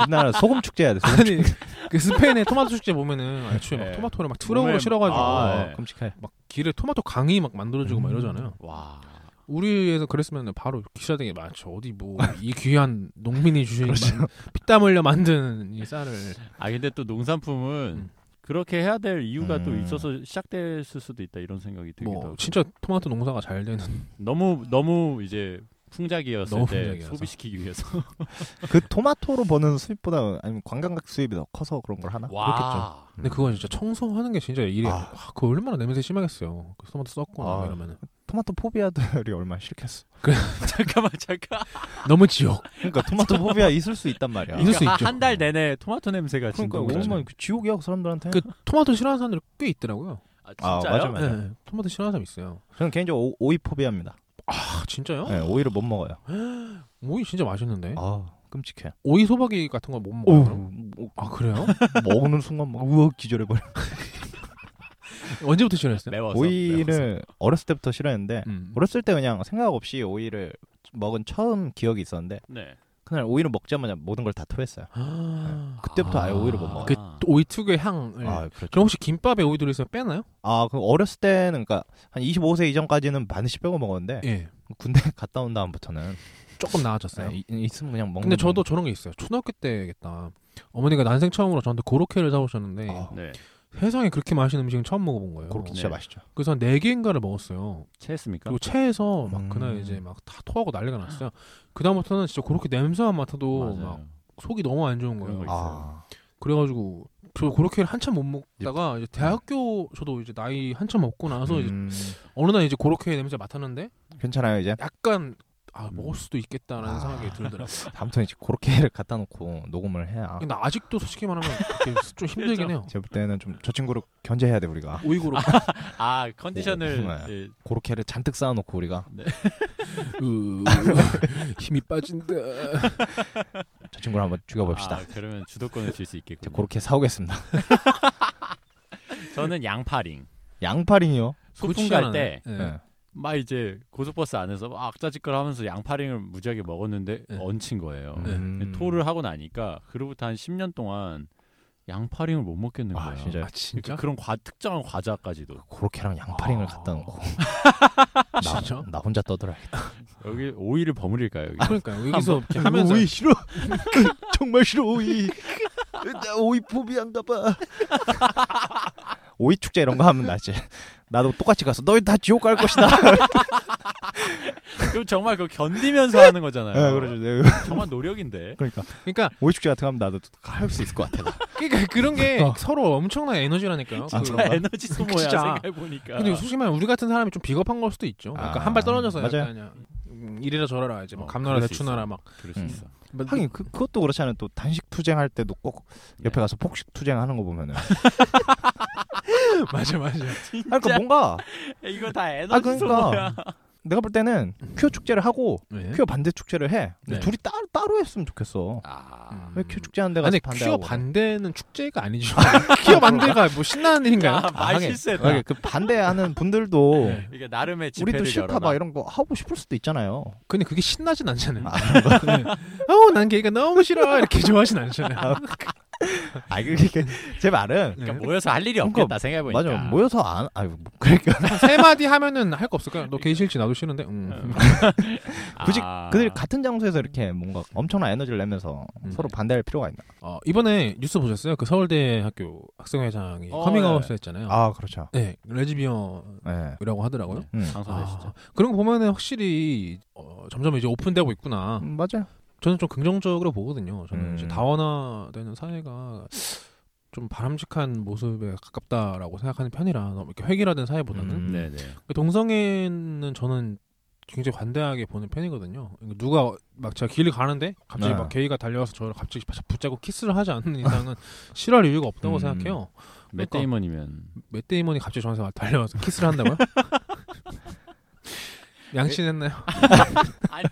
S2: 우리나라 소금 축제 해야 돼. 소금
S1: [LAUGHS] 아니 그 스페인의 토마토 축제 보면은 애초에 막
S3: 예.
S1: 토마토를 막 트럭으로
S3: 몸에-
S1: 실어가지고
S3: 아, 예.
S2: 끔찍해.
S1: 막 길에 토마토 강이 막 만들어지고 막 이러잖아요.
S3: 와.
S1: 우리에서 그랬으면 바로 기사등이 많죠. 어디 뭐 이 귀한 농민이 주신 막 피땀 흘려 만든 이 쌀을
S3: 아 근데 또 농산품은
S1: 음.
S3: 그렇게 해야 될 이유가 또
S2: 음.
S3: 있어서 시작됐을 수도 있다 이런 생각이 들기도
S1: 뭐
S3: 하고.
S1: 진짜 토마토 농사가 잘 되는
S3: 너무 너무 이제 풍작이었을
S1: 너무
S3: 때
S1: 풍작이어서.
S2: [LAUGHS]
S3: 소비시키기 위해서.
S2: 그 토마토로 버는 수입보다 아니면 관광객 수입이 더 커서 그런 걸 하나?
S3: 와.
S1: 근데 그건 진짜 청소하는 게 진짜 일이
S2: 아.
S1: 아. 그 얼마나 냄새 심하겠어요. 그 토마토 썩고
S2: 아.
S1: 막 이러면
S2: 토마토 포비아들이 얼마나 싫겠어.
S3: [LAUGHS] 잠깐만 잠깐.
S1: 너무 지옥.
S2: 그러니까 토마토 포비아 있을 수 [LAUGHS] 있단 말이야.
S1: 있을 수
S3: 그러니까
S1: 있죠.
S3: 한 달 내내 토마토 냄새가
S2: 그러니까
S3: 진동을 하죠.
S2: 오면 그 지옥이야 그 사람들한테.
S1: 그 토마토 싫어하는 사람들 꽤 있더라고요.
S3: 아,
S2: 아,
S3: 진짜요?
S2: 맞아, 맞아. 맞아요.
S1: 네, 토마토 싫어하는 사람 있어요.
S2: 저는 개인적으로 오, 오이 포비아입니다.
S1: 아 진짜요?
S2: 네, 오이를 못 먹어요.
S1: 오이 진짜 맛있는데.
S2: 아 끔찍해.
S1: 오이 소박이 같은 거 못
S2: 오,
S1: 먹어요. 그럼?
S2: 뭐,
S1: 아 그래요? [LAUGHS]
S2: 먹는 순간 막 우억 기절해버려.
S1: 언제부터
S2: 네.
S1: 싫어했어요?
S3: 매워서. 매워서.
S2: 오이를 어렸을 때부터 싫어했는데
S1: 네, 음.
S2: 어렸을 때 그냥 생각 없이 오이를 먹은 처음 기억이 있었는데
S3: 네.
S2: 그날 오이를 먹자마자 모든 걸 다 토했어요.
S1: 아,
S2: 그때부터 아, 예 오이를 못 먹어요.
S1: 그 오이 특유의 향을.
S2: 아 그렇죠.
S1: 네. 그럼 혹시 김밥에 오이 들어있으면 빼나요?
S2: 아, 그 어렸을 때는 그러니까 한 25세 이전까지는 반드시 빼고 먹었는데
S1: 예,
S2: 군대 [LAUGHS] 갔다 온 다음부터는 네,
S1: 조금 나아졌어요.
S2: 이- 있으면 그냥 먹는.
S1: 근데 저도 저런 게 있어요. 초등학교 때겠다. 어머니가 난생 처음으로 저한테 고로케를 사오셨는데
S2: 아,
S3: 네.
S1: 세상에 그렇게 맛있는 음식은 처음 먹어본 거예요.
S2: 그렇게
S3: 네.
S2: 진짜 맛있죠.
S1: 그래서 한 네 개인가를 먹었어요.
S3: 체했습니까?
S1: 그리고 체해서 막
S2: 음.
S1: 그날 이제 막 다 토하고 난리가 났어요. 그 다음부터는 진짜 그렇게 냄새만 맡아도 막
S3: 맞아요.
S1: 속이 너무 안 좋은 거예요.
S3: 그런 거
S2: 아,
S1: 그래가지고 저 고로케를 한참 못 먹다가 이제 대학교 저도 이제 나이 한참 먹고 나서 이제
S2: 음,
S1: 어느 날 이제 고로케 냄새 맡았는데
S2: 괜찮아요 이제.
S1: 약간 아 먹을 수도 있겠다라는
S2: 아.
S1: 생각이 들더라고.
S2: [LAUGHS] 아무튼 이제 그렇게를 갖다 놓고 녹음을 해야
S1: 근데 아직도 솔직히 말하면 그게 좀 힘들긴 해요.
S2: 제가 볼 때는 좀 저 친구를 견제해야 돼 우리가
S1: 오이고로
S3: 아 컨디션을
S2: 오,
S3: 예,
S2: 그렇게를 잔뜩 쌓아놓고 우리가
S1: 으, 힘이 [LAUGHS] 빠진다.
S2: 저 친구를 한번 죽여봅시다
S3: 아, 그러면 주도권을 줄 수
S2: 이제
S3: 있겠군요.
S2: 그렇게 사오겠습니다 [LAUGHS]
S3: 저는 양파링.
S2: 양파링이요
S3: 소풍 갈 때 막
S1: 네.
S2: 예.
S3: 이제 고속버스 안에서 막 악자지껄 하면서 양파링을 무지하게 먹었는데
S1: 네.
S3: 얹힌 거예요.
S2: 음.
S3: 토를 하고 나니까 그로부터 한 10년 동안 양파링을 못 먹겠는
S2: 아
S3: 거예요. 그러니까
S2: 진짜
S1: 아 진짜?
S3: 그런 과, 특정한 과자까지도
S2: 고로케랑 양파링을
S1: 아.
S2: 갖다 놓고 나,
S1: 진짜?
S2: 나 혼자 떠들어야겠다
S3: 여기 오이를 버무릴까요?
S2: 아.
S3: 여기?
S1: 그러니까 여기서 이렇게 하면서
S2: 뭐, 오이 싫어 [LAUGHS] 정말 싫어 오이 나 오이 포비한가 봐 오이 축제 이런 거 하면 나 이제 나도 똑같이 가서 너희 다 지옥 갈 것이다
S3: 그럼 정말 그거 견디면서 하는 거잖아요.
S2: 예, 그러죠. 네,
S3: 정말 노력인데.
S2: 그러니까
S1: 그러니까
S2: 오이 축제 같은 거 하면 나도 할 수 있을 것 같아
S1: 그러니까 그런 게
S2: 어.
S1: 서로 엄청난 에너지라니까요.
S2: 아,
S1: 그-
S2: 그런가?
S3: [LAUGHS] 에너지 소모야
S1: 진짜.
S3: 생각해 보니까.
S1: 근데 솔직히 말하면 우리 같은 사람이 좀 비겁한 걸 수도 있죠. 그러니까
S2: 아,
S1: 한 발 떨어져서
S2: 맞아요.
S1: 약간 그냥 음, 이래라 저래라 이제 막
S3: 어,
S1: 감나라
S3: 그럴 수
S1: 대추나라
S3: 있어요.
S1: 막
S3: 그럴 수
S2: 음.
S3: 있어.
S2: 하긴 그, 그것도 그렇잖아요 또 단식 투쟁할 때도 꼭 옆에
S3: 네.
S2: 가서 폭식 투쟁하는 거 [LAUGHS] 보면은
S1: [LAUGHS] 맞아 맞아.
S2: 아, 그러니까 뭔가
S3: 예, 이거 다 에너지
S2: 아 그러니까 내가 볼 때는 퀴어 축제를 하고
S1: 네.
S2: 퀴어 반대 축제를 해
S1: 네.
S2: 근데 둘이 따로 따로 했으면 좋겠어
S3: 아.
S2: 왜 음. 퀴어 축제 하는데 가서
S1: 음. 아니
S2: 반대하고
S1: 퀴어 반대는 축제가 아니죠. [LAUGHS] 퀴어 반대가 뭐 신나는 일인가요?
S3: 아, 말
S2: 하긴.
S3: 실수했다.
S2: 그러니까 그 반대하는 [LAUGHS] 분들도
S1: 네.
S3: 이게 나름의 집회를
S2: 우리도 싫다
S3: 열어라.
S2: 막 이런 거 하고 싶을 수도 있잖아요
S1: 근데 그게 신나진 않잖아요.
S2: 아,
S1: [LAUGHS] 네. 어우 난 걔가 너무 싫어 이렇게 좋아하진 않잖아요.
S2: [LAUGHS] 아 그러니까 제 말은
S1: 네.
S3: 그러니까 모여서 할 일이
S2: 그러니까
S3: 없겠다 생각해 보니까.
S2: 맞아 모여서 안 아유 뭐, 그러니까
S1: 세 마디 하면은 할 거 없을까요? 너 걔 싫지 나도 싫은데. 음.
S2: 굳이
S3: 아.
S2: 그들 같은 장소에서 이렇게 뭔가 엄청난 에너지를 내면서
S1: 음.
S2: 서로 반대할 필요가 있나
S1: 어, 이번에 뉴스 보셨어요? 그 서울대 학교 학생회장이
S3: 어,
S1: 커밍아웃
S3: 네.
S1: 했잖아요.
S2: 아 그렇죠
S1: 네 레즈비언이라고
S2: 예 네.
S1: 하더라고요.
S3: 네.
S2: 음.
S3: 방송에 진짜.
S1: 아, 그런 거 보면은 확실히 어, 점점 이제 오픈되고 있구나.
S2: 음, 맞아요
S1: 저는 좀 긍정적으로 보거든요. 저는
S2: 음.
S1: 이제 다원화되는 사회가 좀 바람직한 모습에 가깝다라고 생각하는 편이라 너무 이렇게 획일화된 사회보다는
S2: 음.
S3: 네, 네.
S1: 동성애는 저는 굉장히 관대하게 보는 편이거든요. 그러니까 누가 막 제가 길을 가는데 갑자기
S2: 네.
S1: 막 게이가 달려와서 저를 갑자기 붙잡고 키스를 하지 않는 이상은 [LAUGHS] 싫어할 이유가 없다고
S2: 음.
S1: 생각해요.
S3: 맷
S1: 그러니까.
S3: 데이먼이면
S1: 맷데이먼이 갑자기 저한테 와- 달려와서 키스를 한다고요? 양친했나요?
S3: [LAUGHS] 아니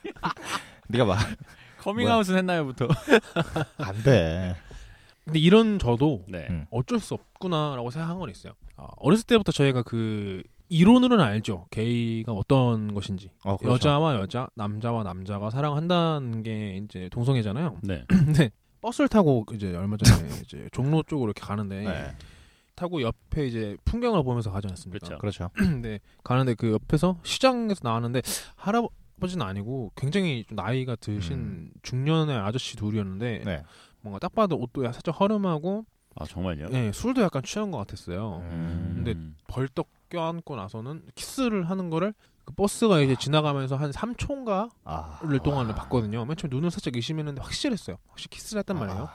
S2: 네가 [LAUGHS]
S3: 커밍아웃은 했나요부터.
S2: 막안돼
S1: 근데 이런 저도
S3: [LAUGHS] 네.
S2: 음.
S1: 어쩔 수 없구나라고 생각한 건 있어요. 아, 어렸을 때부터 저희가 그 이론으로는 알죠. 게이가 어떤 것인지
S2: 어,
S1: 여자와 여자, 남자와 남자가 사랑한다는 게 이제 동성애잖아요.
S3: 네.
S1: 근데 버스를 타고 이제 얼마 전에 이제 종로 쪽으로 이렇게 가는데
S2: 네.
S1: 타고 옆에 이제 풍경을 보면서 가지 않았습니까?
S3: 그렇죠.
S2: 그렇죠.
S1: 근데 가는데 그 옆에서 시장에서 나왔는데 할아버지는 아니고 굉장히 좀 나이가 드신
S2: 음.
S1: 중년의 아저씨 둘이었는데
S2: 네.
S1: 뭔가 딱 봐도 옷도 살짝 허름하고
S3: 아 정말요?
S2: 네.
S1: 예, 술도 약간 취한 것 같았어요.
S2: 음.
S1: 근데 벌떡 껴안고 나서는 키스를 하는 거를 그 버스가 이제 지나가면서 한 3초인가를
S2: 아.
S1: 동안을 봤거든요. 맨 처음에 눈을 살짝 의심했는데 확실했어요. 확실히 키스를 했단 말이에요.
S2: 아.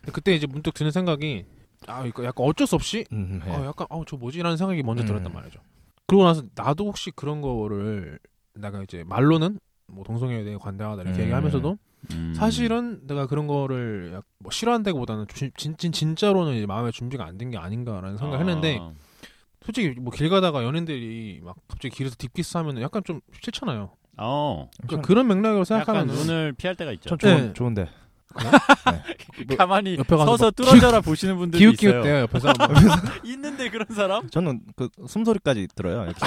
S1: 근데 그때 이제 문득 드는 생각이 아 이거 약간 어쩔 수 없이
S2: 음, 예.
S1: 아 약간 아저 뭐지라는 생각이 먼저
S2: 음.
S1: 들었단 말이죠. 그러고 나서 나도 혹시 그런 거를 내가 이제 말로는 뭐 동성애에 대해 관대하다 이렇게
S2: 음.
S1: 얘기하면서도
S3: 음.
S1: 사실은 내가 그런 거를 약- 뭐 싫어한다기보다는 진, 진 진짜로는 이제 마음의 준비가 안 된 게 아닌가라는 생각을 했는데
S3: 아,
S1: 솔직히 뭐 길 가다가 연인들이 막 갑자기 길에서 딥키스 하면 약간 좀 싫잖아요.
S3: 어.
S1: 그러니까 그런 맥락으로
S3: 약간
S1: 생각하면
S3: 눈을 피할 때가 있죠.
S2: 전 좋은
S1: 네.
S2: 좋은데.
S1: 뭐,
S3: 가만히
S1: 옆에 가서
S3: 서서
S1: 막
S3: 뚫어져라 보시는 분들이
S1: 기웃기웃
S3: 있어요.
S1: 대요 옆에서 막
S3: 있는데 그런 사람?
S2: 저는 그 숨소리까지 들어요. [LAUGHS] 이렇게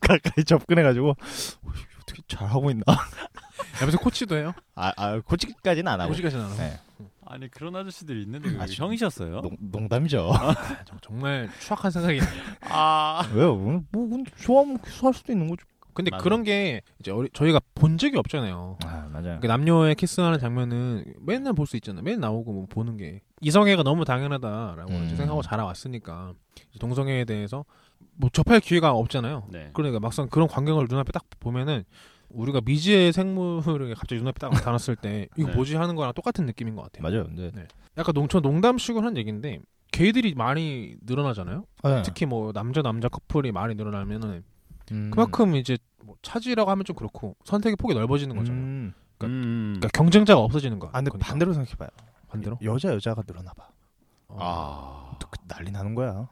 S2: 가까이 접근해가지고 어, 이거 어떻게 잘 하고 있나.
S1: 옆에서 코치도 해요.
S2: 아, 아 고치기까지는 안 하고.
S1: 코치까지는 안 하고
S2: 네.
S3: 아니 그런 아저씨들이 있는데 그게 뭐.
S2: 아, 진-
S3: 형이셨어요?
S2: 농, 농담이죠.
S1: 아, 정- 정말 추악한 생각이네.
S3: 아.
S2: [LAUGHS] 왜요? 뭐 근데 좋아하면 기수할 수도 있는 거죠.
S1: 근데
S3: 맞아요.
S1: 그런 게 이제 어리- 저희가 본 적이 없잖아요.
S2: 아 맞아요.
S1: 그러니까 남녀의 키스하는 장면은 맨날 볼 수 있잖아요. 맨날 나오고 뭐 보는 게 이성애가 너무 당연하다라고
S2: 음.
S1: 이제 생각하고 자라왔으니까 이제 동성애에 대해서 뭐 접할 기회가 없잖아요.
S3: 네.
S1: 그러니까 막상 그런 광경을 눈앞에 딱 보면은 우리가 미지의 생물을 갑자기 눈앞에 딱 나타났을 때 이거
S3: 네.
S1: 뭐지 하는 거랑 똑같은 느낌인 것 같아요.
S2: 그, 맞아요. 근데
S1: 약간 농촌 농담식으로 한 얘기인데 게이들이
S2: 아, 네.
S1: 많이 늘어나잖아요. 특히 뭐 남자 남자 커플이 많이 늘어나면은
S2: 음,
S1: 그만큼 이제 뭐 차지라고 하면 좀 그렇고 선택의 폭이 넓어지는 거잖아요.
S2: 음.
S1: 그러니까-
S3: 음.
S1: 그러니까 경쟁자가 없어지는 거야.
S2: 아 근데
S1: 그러니까.
S2: 반대로 생각해봐요.
S1: 반대로?
S2: 여자 여자가 늘어나 봐.
S1: 아
S3: 아.
S2: 그 난리 나는 거야.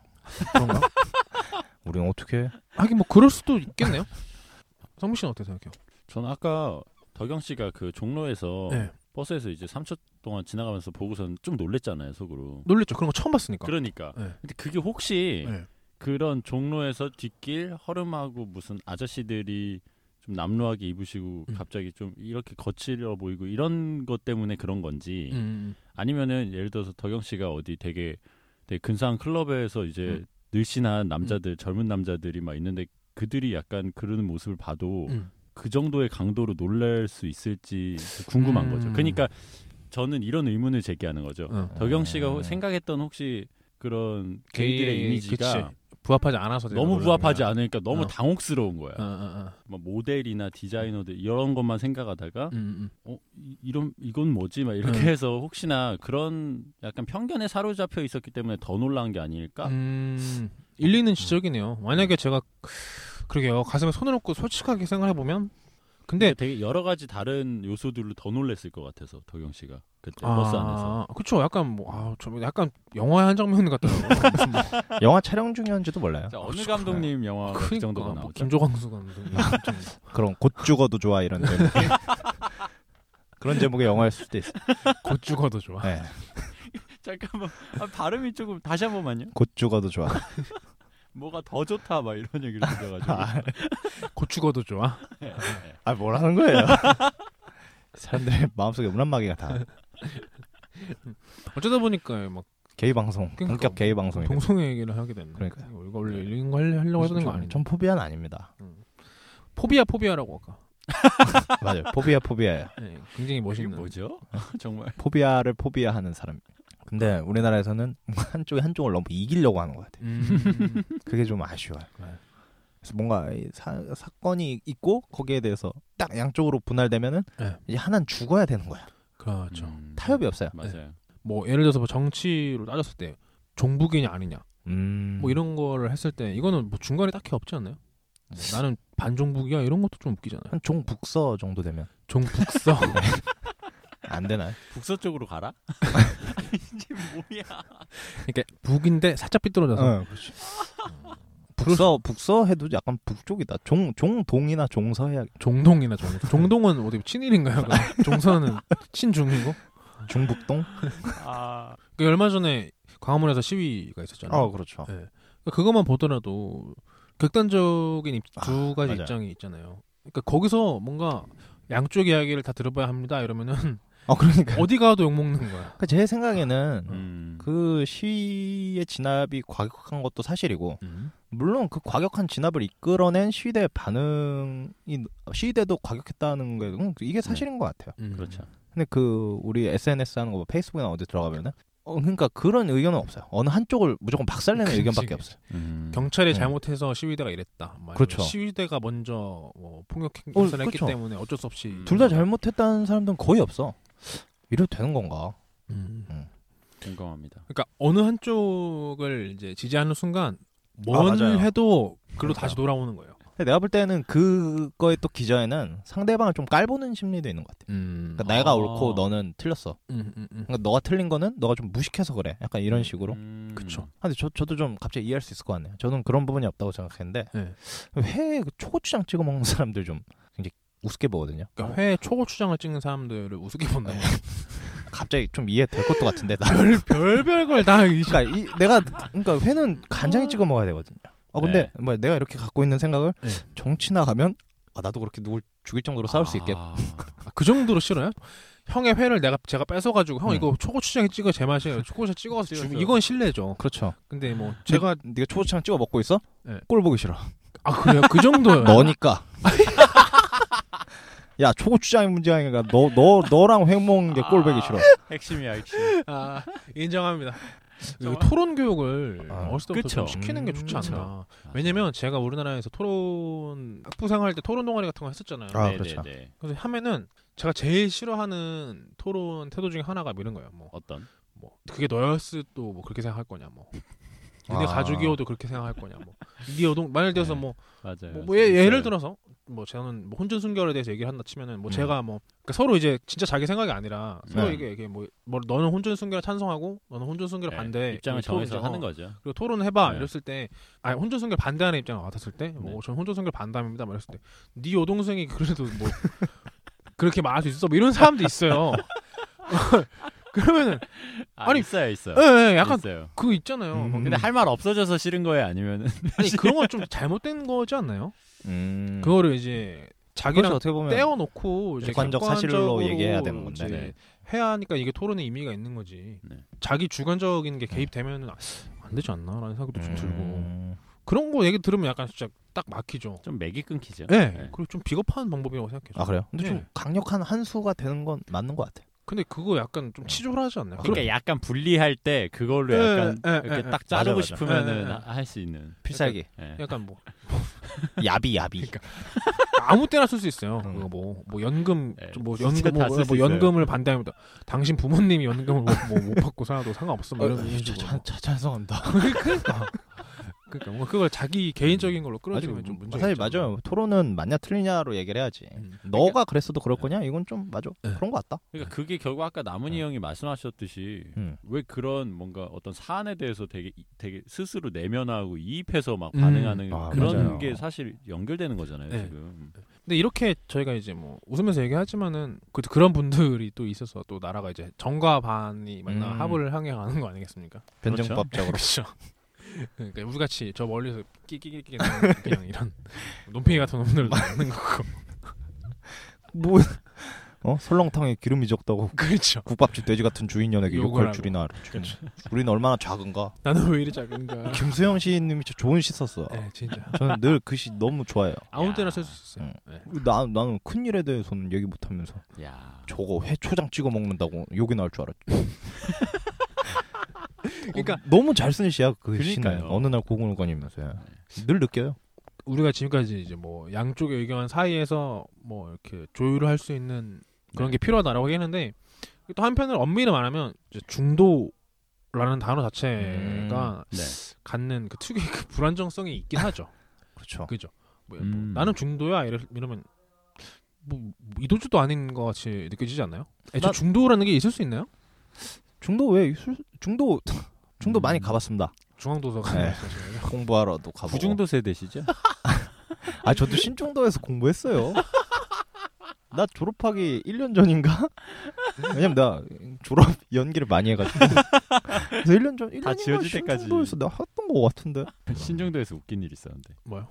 S1: 그런가?
S2: [LAUGHS] 우리는 어떻게? 해?
S1: 하긴 뭐 그럴 수도 있겠네요. [LAUGHS] 성민 씨는 어떻게 생각해요?
S3: 저는 아까 덕영 씨가 그 종로에서
S1: 네.
S3: 버스에서 이제 3초 동안 지나가면서 보고선 좀 놀랬잖아요 속으로.
S1: 놀랬죠. 그런 거 처음 봤으니까.
S3: 그러니까.
S1: 네.
S3: 근데 그게 혹시
S1: 네.
S3: 그런 종로에서 뒷길 허름하고 무슨 아저씨들이 좀 남루하게 입으시고
S1: 음.
S3: 갑자기 좀 이렇게 거칠어 보이고 이런 것 때문에 그런 건지
S1: 음.
S3: 아니면은 예를 들어서 덕영 씨가 어디 되게 되게 근사한 클럽에서 이제
S1: 음.
S3: 늘씬한 남자들 젊은 남자들이 막 있는데 그들이 약간 그러는 모습을 봐도
S1: 음.
S3: 그 정도의 강도로 놀랄 수 있을지 궁금한
S1: 음.
S3: 거죠. 그러니까 저는 이런 의문을 제기하는 거죠.
S1: 어.
S3: 덕영 씨가
S2: 음.
S3: 생각했던 혹시 그런
S1: 게이-
S3: 게이들의 이미지가
S1: 그치. 부합하지 않아서 내가
S3: 너무
S1: 놀라는
S3: 부합하지
S1: 거야.
S3: 않으니까 너무
S1: 어.
S3: 당혹스러운 거야.
S1: 어, 어, 어.
S3: 막 모델이나 디자이너들 이런 것만 생각하다가
S1: 음, 음.
S3: 어 이- 이런 이건 뭐지 막 이렇게
S1: 음.
S3: 해서 혹시나 그런 약간 편견에 사로잡혀 있었기 때문에 더 놀란 게 아닐까?
S1: 음, 일리는 지적이네요. 만약에 제가 그러게요 가슴에 손을 얹고 솔직하게 생각해 보면 근데
S3: 근데 그러니까 되게 여러 가지 다른 요소들로 더 놀랬을 것 같아서 덕영 씨가 그때
S1: 아.
S3: 버스 안에서
S1: 그쵸 약간 뭐아저 약간 영화의 한 장면
S3: [LAUGHS]
S1: 같더라고요. 무슨 뭐
S2: 영화 촬영 중이었는지도 몰라요.
S3: 자, 어느
S1: 그렇구나.
S3: 감독님 영화가 그
S1: 아, 그러니까
S3: 정도가
S1: 뭐
S3: 나오죠?
S1: 김조광수
S3: [LAUGHS]
S1: 감독님 좀
S2: 그럼 곧 죽어도 좋아 이런 [LAUGHS] 제목. 그런 제목의 영화였을 수도 있어.
S1: 곧 죽어도 좋아.
S2: 네.
S3: 잠깐만 아, 발음이 조금 다시 한 번만요.
S2: 곧 죽어도 좋아.
S3: 뭐가 더 좋다 막 이런
S1: [LAUGHS]
S3: 얘기를
S1: 아,
S3: 들려가지고 네.
S1: 곧 죽어도 좋아.
S2: 아 뭐라는 거예요? [LAUGHS] 사람들의 마음속에 음란마귀가 다
S1: 어쩌다 보니까 뭐 막
S2: 게이 방송
S1: 그러니까
S2: 본격 게이 방송이 됐어요.
S1: 동성애 얘기를 하게 됐네.
S2: 그러니까요.
S1: 이거 원래 이런 거 하려- 하려고 하는 거
S2: 전-
S1: 아니죠?
S2: 전 포비아는 아닙니다.
S1: 포비아 포비아라고 아까.
S2: 맞아요. 포비아 포비아예요.
S1: 네, 굉장히
S3: 이게
S1: 멋있는.
S3: 뭐죠? [LAUGHS] 정말
S2: 포비아를 포비아하는 사람. 근데 우리나라에서는 한쪽이 한쪽을 너무 이기려고 하는 것 같아요.
S1: [LAUGHS] 음,
S2: 그게 좀 아쉬워요.
S1: 네.
S2: 그래서 뭔가 이 사, 사건이 있고 거기에 대해서 딱 양쪽으로 분할되면은
S1: 네.
S2: 이제 하나는 죽어야 되는 거야.
S1: 그렇죠.
S3: 음, 네.
S2: 타협이 없어요.
S3: 맞아요.
S1: 뭐 예를 들어서 뭐 정치로 따졌을 때 종북이냐 아니냐
S2: 음.
S1: 뭐 이런 거를 했을 때 이거는 뭐 중간에 딱히 없지 않나요? 뭐 나는 반종북이야 이런 것도 좀 웃기잖아요. 네.
S2: 한 종북서 정도 되면
S1: [LAUGHS] 종북서
S2: 안 되나요?
S3: 북서 쪽으로 [LAUGHS] 가라? 아니, 이제 뭐야?
S1: 그러니까 북인데 살짝 삐뚤어져서
S2: 어, 그렇지. 북서 북서 해도 약간 북쪽이다. 종 종동이나 종서 해야
S1: 종동이나 종 [LAUGHS] 종동은 어디 친일인가요? [LAUGHS] 그럼? 종선은 친중이고
S2: 중북동?
S3: 아,
S1: 그 얼마 전에 광화문에서 시위가 있었잖아요.
S2: 그렇죠.
S1: 네. 그러니까 그것만 보더라도 극단적인 입-
S2: 아,
S1: 두 가지
S2: 맞아요. 음.
S1: 입장이 있잖아요. 그러니까 거기서 뭔가 양쪽 이야기를 다 들어봐야 합니다. 이러면은 [LAUGHS]
S2: 아 그러니까
S1: 어디 가도 욕 먹는 거야.
S2: 그제 생각에는
S3: 음,
S2: 그 시위의 진압이 과격한 것도 사실이고 물론 그 과격한 진압을 이끌어낸 시위대 반응이 시위대도 과격했다는 게 음, 이게 사실인 것 같아요.
S1: 음.
S3: 그렇죠.
S2: 근데 그 우리 SNS 하는 거뭐 페이스북이나 어디 들어가면은 어, 그러니까 그런 의견은 없어요. 어느 한쪽을 무조건 박살내는
S1: 그치.
S2: 의견밖에 없어요.
S3: 음.
S1: 경찰이
S2: 네.
S1: 잘못해서 시위대가 이랬다. 막
S2: 그렇죠.
S1: 시위대가 먼저 뭐 폭력행사를
S2: 어,
S1: 했기
S2: 그렇죠.
S1: 때문에 어쩔 수 없이
S3: 음.
S2: 둘 다 잘못했다는 사람들은 거의 없어. 이래도 되는 건가?
S1: 음.
S3: 공감합니다.
S1: 그러니까 어느 한쪽을 이제 지지하는 순간
S2: 아,
S1: 뭘
S2: 맞아요. 그렇죠.
S1: 해도 글로 다시 돌아오는 거예요.
S2: 근데 내가 볼 때는 그거의 또 기저에는 상대방을 좀 깔보는 심리도 있는 것 같아.
S1: 음.
S2: 그러니까 내가
S3: 아.
S2: 옳고 너는 틀렸어.
S1: 음, 음, 음.
S2: 그러니까 너가 틀린 거는 너가 좀 무식해서 그래. 약간 이런 식으로.
S3: 음.
S1: 그쵸.
S2: 아, 근데 저, 저도 좀 갑자기 이해할 수 있을 것 같네요. 저는 그런 부분이 없다고 생각했는데
S1: 네.
S2: 회에 그 초고추장 찍어 먹는 사람들 좀 굉장히 우습게 보거든요.
S1: 그러니까 회 초고추장을 찍는 사람들을 우습게
S2: 어.
S1: 본다.
S2: 갑자기 좀 이해될 것도 같은데 나.
S1: [LAUGHS] 별별
S2: [LAUGHS]
S1: 걸다
S2: 그러니까 이, 내가 그러니까 회는 간장에 찍어 먹어야 되거든요. 어 근데 뭐 내가 이렇게 갖고 있는 생각을
S1: 네.
S2: 정치 나가면 아, 나도 그렇게 누굴 죽일 정도로 싸울 수 있겠.
S3: 아,
S1: 아, 그 정도로 싫어요? 형의 회를 내가 제가 뺏어가지고 형
S2: 응.
S1: 이거 초고추장에 찍어 제 맛이에요. 초고추장 찍어서 주면
S3: 찍었어요.
S1: 이건 실례죠.
S2: 그렇죠.
S1: 근데 뭐 제가
S2: 네가 초고추장 찍어 먹고 있어?
S1: 네.
S2: 꼴 보기 싫어.
S1: 아 그래요 그 정도예요.
S2: 너니까. [LAUGHS] 야 초고추장이 문제가 아니라 너 너 너랑 회 먹는 게 꼴 보기 싫어.
S3: 핵심이야 핵심.
S1: 아, 인정합니다. 이
S3: 정말?
S1: 토론 교육을
S2: 아,
S1: 어렸을 때부터 좀
S3: 그쵸.
S1: 시키는 게 좋지
S2: 음,
S1: 않나. 왜냐면 제가 우리나라에서 토론 학부 생활 때 토론 동아리 같은 거 했었잖아요.
S2: 아,
S3: 네,
S2: 그렇죠.
S3: 네, 네.
S1: 그래서 하면은 제가 제일 싫어하는 토론 태도 중에 하나가 이런 거예요. 뭐,
S3: 어떤?
S1: 뭐 그게 너였을 또 뭐 그렇게 생각할 거냐 뭐. 니네
S2: 아.
S1: 가족이어도 그렇게 생각할 거냐 뭐. 네 여동 만일 들어서
S3: 네.
S1: 뭐
S3: 맞아요.
S1: 뭐, 뭐 예, 예를 들어서 뭐 저는 뭐 혼전 순결에 대해서 얘기를 한다 치면은 뭐 제가 뭐 그러니까 서로 이제 진짜 자기 생각이 아니라 서로
S3: 음. 네.
S1: 이게 이게 뭐, 뭐 너는 혼전 순결에 찬성하고 너는 혼전 순결에
S3: 네,
S1: 반대
S3: 입장을
S1: 그리고 토론
S3: 정해서
S1: 이제,
S3: 하는
S1: 어,
S3: 거죠.
S1: 그리고 토론을 해봐
S3: 네.
S1: 이랬을 때 아니 혼전 순결 반대하는 입장을 받았을
S3: 네.
S1: 때뭐전 혼전 순결 반대합니다 막 이랬을 때네 여동생이 그래도 뭐 [LAUGHS] 그렇게 말할 수 있어 뭐 이런 사람도 있어요 [LAUGHS] 그러면은
S3: 아,
S1: 아니,
S3: 있어요, 있어요.
S1: 예, 예, 약간
S3: 있어요.
S1: 그거 있잖아요
S2: 음.
S1: 막
S3: 근데 할 말 없어져서 싫은 거예요, 아니면은 [LAUGHS]
S1: 아니 그런 건 좀 잘못된 거지 않나요?
S2: 음.
S1: 그거를 이제
S2: 그것이
S3: 그렇죠.
S1: 자기랑
S2: 그렇죠. 어떻게 보면
S1: 떼어놓고 이제
S2: 객관적 사실로
S1: 객관적으로
S2: 얘기해야 되는 건데.
S1: 이제
S3: 네.
S1: 해야 하니까 이게 토론의 의미가 있는 거지.
S3: 네.
S1: 자기 주관적인 게 개입되면 아, 안 되지 않나라는 생각도 좀 들고
S2: 음.
S1: 그런 거 얘기 들으면 약간 진짜 딱 막히죠.
S3: 좀 맥이 끊기죠.
S1: 예.
S3: 네.
S1: 그리고 좀 비겁한 방법이라고 생각해요.
S2: 아 그래요? 근데 좀
S1: 네.
S2: 강력한 한 수가 되는 건 맞는 것 같아.
S1: 근데 그거 약간 좀 치졸하지 않나요?
S3: 그러니까 약간 분리할 때 그걸로
S1: 예,
S3: 약간
S1: 예, 예,
S3: 이렇게
S1: 예.
S3: 딱 자르고
S2: 맞아, 맞아.
S3: 싶으면은
S1: 예, 예, 예.
S3: 할 수 있는.
S2: 필살기.
S3: 예.
S1: 약간 뭐
S2: [LAUGHS] 야비 야비.
S1: 그러니까 아무 때나 쓸 수 있어요.
S2: 음.
S1: 그거 뭐, 뭐 연금
S3: 네,
S1: 좀뭐
S3: 진짜
S1: 연금 뭐,
S3: 다쓸수
S1: 뭐
S3: 있어요.
S1: 연금을 반대합니다. 당신 부모님이 연금을 뭐, 뭐, 못 받고 살아도 상관없어. 뭐 이런 식으로.
S2: 죄송합니다.
S1: 그러니까 그러니까 뭔가 그걸 자기 개인적인 걸로 끌어들이면 좀 문제.
S2: 뭐, 사실 맞아요. 토론은 맞냐 틀리냐로 얘기를 해야지.
S1: 음.
S2: 너가 그랬어도 그럴 거냐? 이건 좀 맞아.
S1: 네.
S2: 그런 것 같다.
S3: 그러니까 그게 결국 아까 남은이
S2: 네.
S3: 형이 말씀하셨듯이
S2: 음.
S3: 왜 그런 뭔가 어떤 사안에 대해서 되게 이- 되게 스스로 내면하고 이입해서 막
S1: 음.
S3: 반응하는
S2: 아,
S3: 그런
S2: 맞아요.
S3: 게 사실 연결되는 거잖아요
S1: 네.
S3: 지금.
S1: 근데 이렇게 저희가 이제 뭐 웃으면서 얘기하지만은 그, 그런 분들이 또 있어서 또 나라가 이제 정과 반이 만나
S2: 음.
S1: 합을 향해 가는 거 아니겠습니까? [LAUGHS]
S2: 변증법적으로.
S1: 그렇죠. 그러니까 우리같이 저 멀리서 끼끼끼끼 나오는 그냥 이런 논팽이 같은 놈들 만나는 거고
S2: [LAUGHS]
S1: [LAUGHS]
S2: 뭐 어? 설렁탕에 기름이 적다고
S1: 그렇죠.
S2: 국밥집 돼지 같은 주인 연에게
S1: 욕을
S2: 욕할
S1: 하고. 그렇죠.
S2: 줄이나 지금 우리는 얼마나
S1: [LAUGHS]
S2: 작은가?
S1: 나는 왜 이리
S2: [LAUGHS]
S1: 작은가?
S2: 김수영 시인님이 진짜 좋은 시 썼어.
S1: 예, 진짜
S2: 저는 늘 그 시 너무 좋아해요.
S1: 아무 때나
S3: 야.
S1: 쓸 수
S2: 음.
S1: 있어요. 예.
S2: 나 나는 큰 일에 대해서는 얘기 못 하면서
S3: 야.
S2: 저거 회초장 찍어 먹는다고 욕이 나올 줄 알았죠.
S1: 그러니까
S2: 너무 잘 쓰는 시야 그 시는
S3: 그러니까요.
S2: 어느 날 고군을 거니면서 예. 늘 느껴요.
S1: 우리가 지금까지 이제 뭐 양쪽의 의견 사이에서 뭐 이렇게 조율을 할 수 있는 그런 게
S2: 네.
S1: 필요하다라고 얘기했는데 또 한편으로 엄밀히 말하면 이제 중도라는 단어 자체가
S2: 음.
S3: 네.
S1: 갖는 그 특유의 그 불안정성이 있긴
S2: [LAUGHS]
S1: 하죠.
S2: 그렇죠.
S1: 그죠. 뭐, 뭐
S3: 음.
S1: 나는 중도야 이러- 이러면 뭐 이도주도 아닌 것 같이 느껴지지 않나요? 애초
S2: 나-
S1: 중도라는 게 있을 수 있나요?
S2: 중도 왜 술- 중도 [LAUGHS] 중도 많이 가봤습니다.
S1: 중앙도서관
S2: 네.
S1: 말씀하시는 거죠?
S2: 공부하러도 가고.
S3: 부중도 세대시죠?
S2: 아 저도 신중도에서 공부했어요. 나 졸업하기 1년 전인가? [LAUGHS] 왜냐면 나 졸업 연기를 많이 해가지고 그래서 1년 전 1년
S3: 지워질 때까지.
S2: 신중도에서 내가 했던 거 같은데
S3: [LAUGHS] 신중도에서 웃긴 일 있었는데.
S1: 뭐요?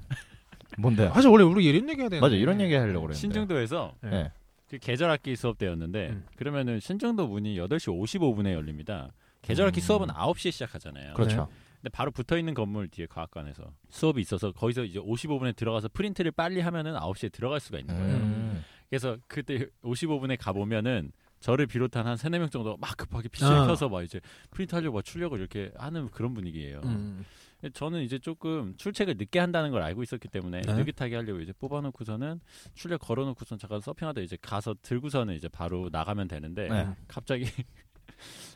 S2: 뭔데?
S1: 사실 원래 우리 이런 얘기해야 되는
S2: 네. 맞아 이런 얘기 하려고 그랬는데
S3: 신중도에서
S1: 네.
S2: 예.
S3: 그 계절 학기 수업 때였는데
S1: 음.
S3: 그러면은 신중도 문이 8시 55분에 열립니다. 계절 학기
S2: 음.
S3: 수업은 9시에 시작하잖아요.
S2: 그렇죠
S3: 근데 바로 붙어 있는 건물 뒤에 과학관에서 수업이 있어서 거기서 이제 55분에 들어가서 프린트를 빨리 하면은 9시에 들어갈 수가 있는 거예요.
S2: 음.
S3: 그래서 그때 55분에 가 보면은 저를 비롯한 한 세네 명 정도 막 급하게 PC를
S1: 아.
S3: 켜서 막 이제 프린트 하려고 막 출력을 이렇게 하는 그런 분위기예요.
S1: 음.
S3: 근데 저는 이제 조금 출첵을 늦게 한다는 걸 알고 있었기 때문에
S1: 네.
S3: 느긋하게 하려고 이제 뽑아놓고서는 출력 걸어놓고선 잠깐 서핑하다 이제 가서 들고서는 이제 바로 나가면 되는데
S2: 네.
S3: 갑자기 [LAUGHS]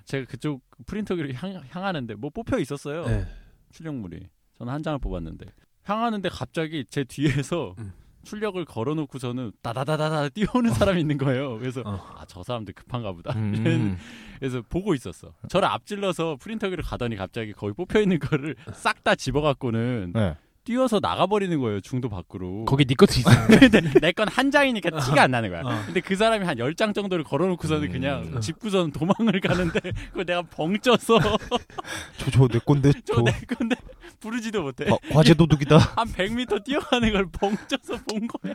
S3: 제가 그쪽 프린터기를 향, 향하는데 뭐 뽑혀 있었어요.
S1: 네.
S3: 출력물이 저는 한 장을 뽑았는데 향하는데 갑자기 제 뒤에서
S1: 음.
S3: 출력을 걸어놓고서는 따다다다다 뛰어오는 사람이 있는 거예요. 그래서
S1: 어.
S3: 아 저 사람들 급한가 보다.
S2: 음.
S3: 그래서 보고 있었어. 저를 앞질러서 프린터기를 가더니 갑자기 거기 뽑혀 있는 거를 싹 다 집어갖고는
S2: 네.
S3: 뛰어서 나가버리는 거예요. 중도 밖으로.
S1: 거기 네 것도 있어요.
S3: [LAUGHS] 근데 내 건 한 장이니까 티가 안 나는 거야.
S1: 어.
S3: 근데 그 사람이 한 열 장 정도를 걸어놓고서는 그냥
S2: 음.
S3: 집구선 도망을 가는데 그걸 내가 벙쪄서
S2: 저저 내 건데 저
S3: 저내 네. 건데 부르지도 못해.
S2: 과, 과제 도둑이다.
S3: 한 100m 뛰어가는 걸 벙쪄서 본 거야.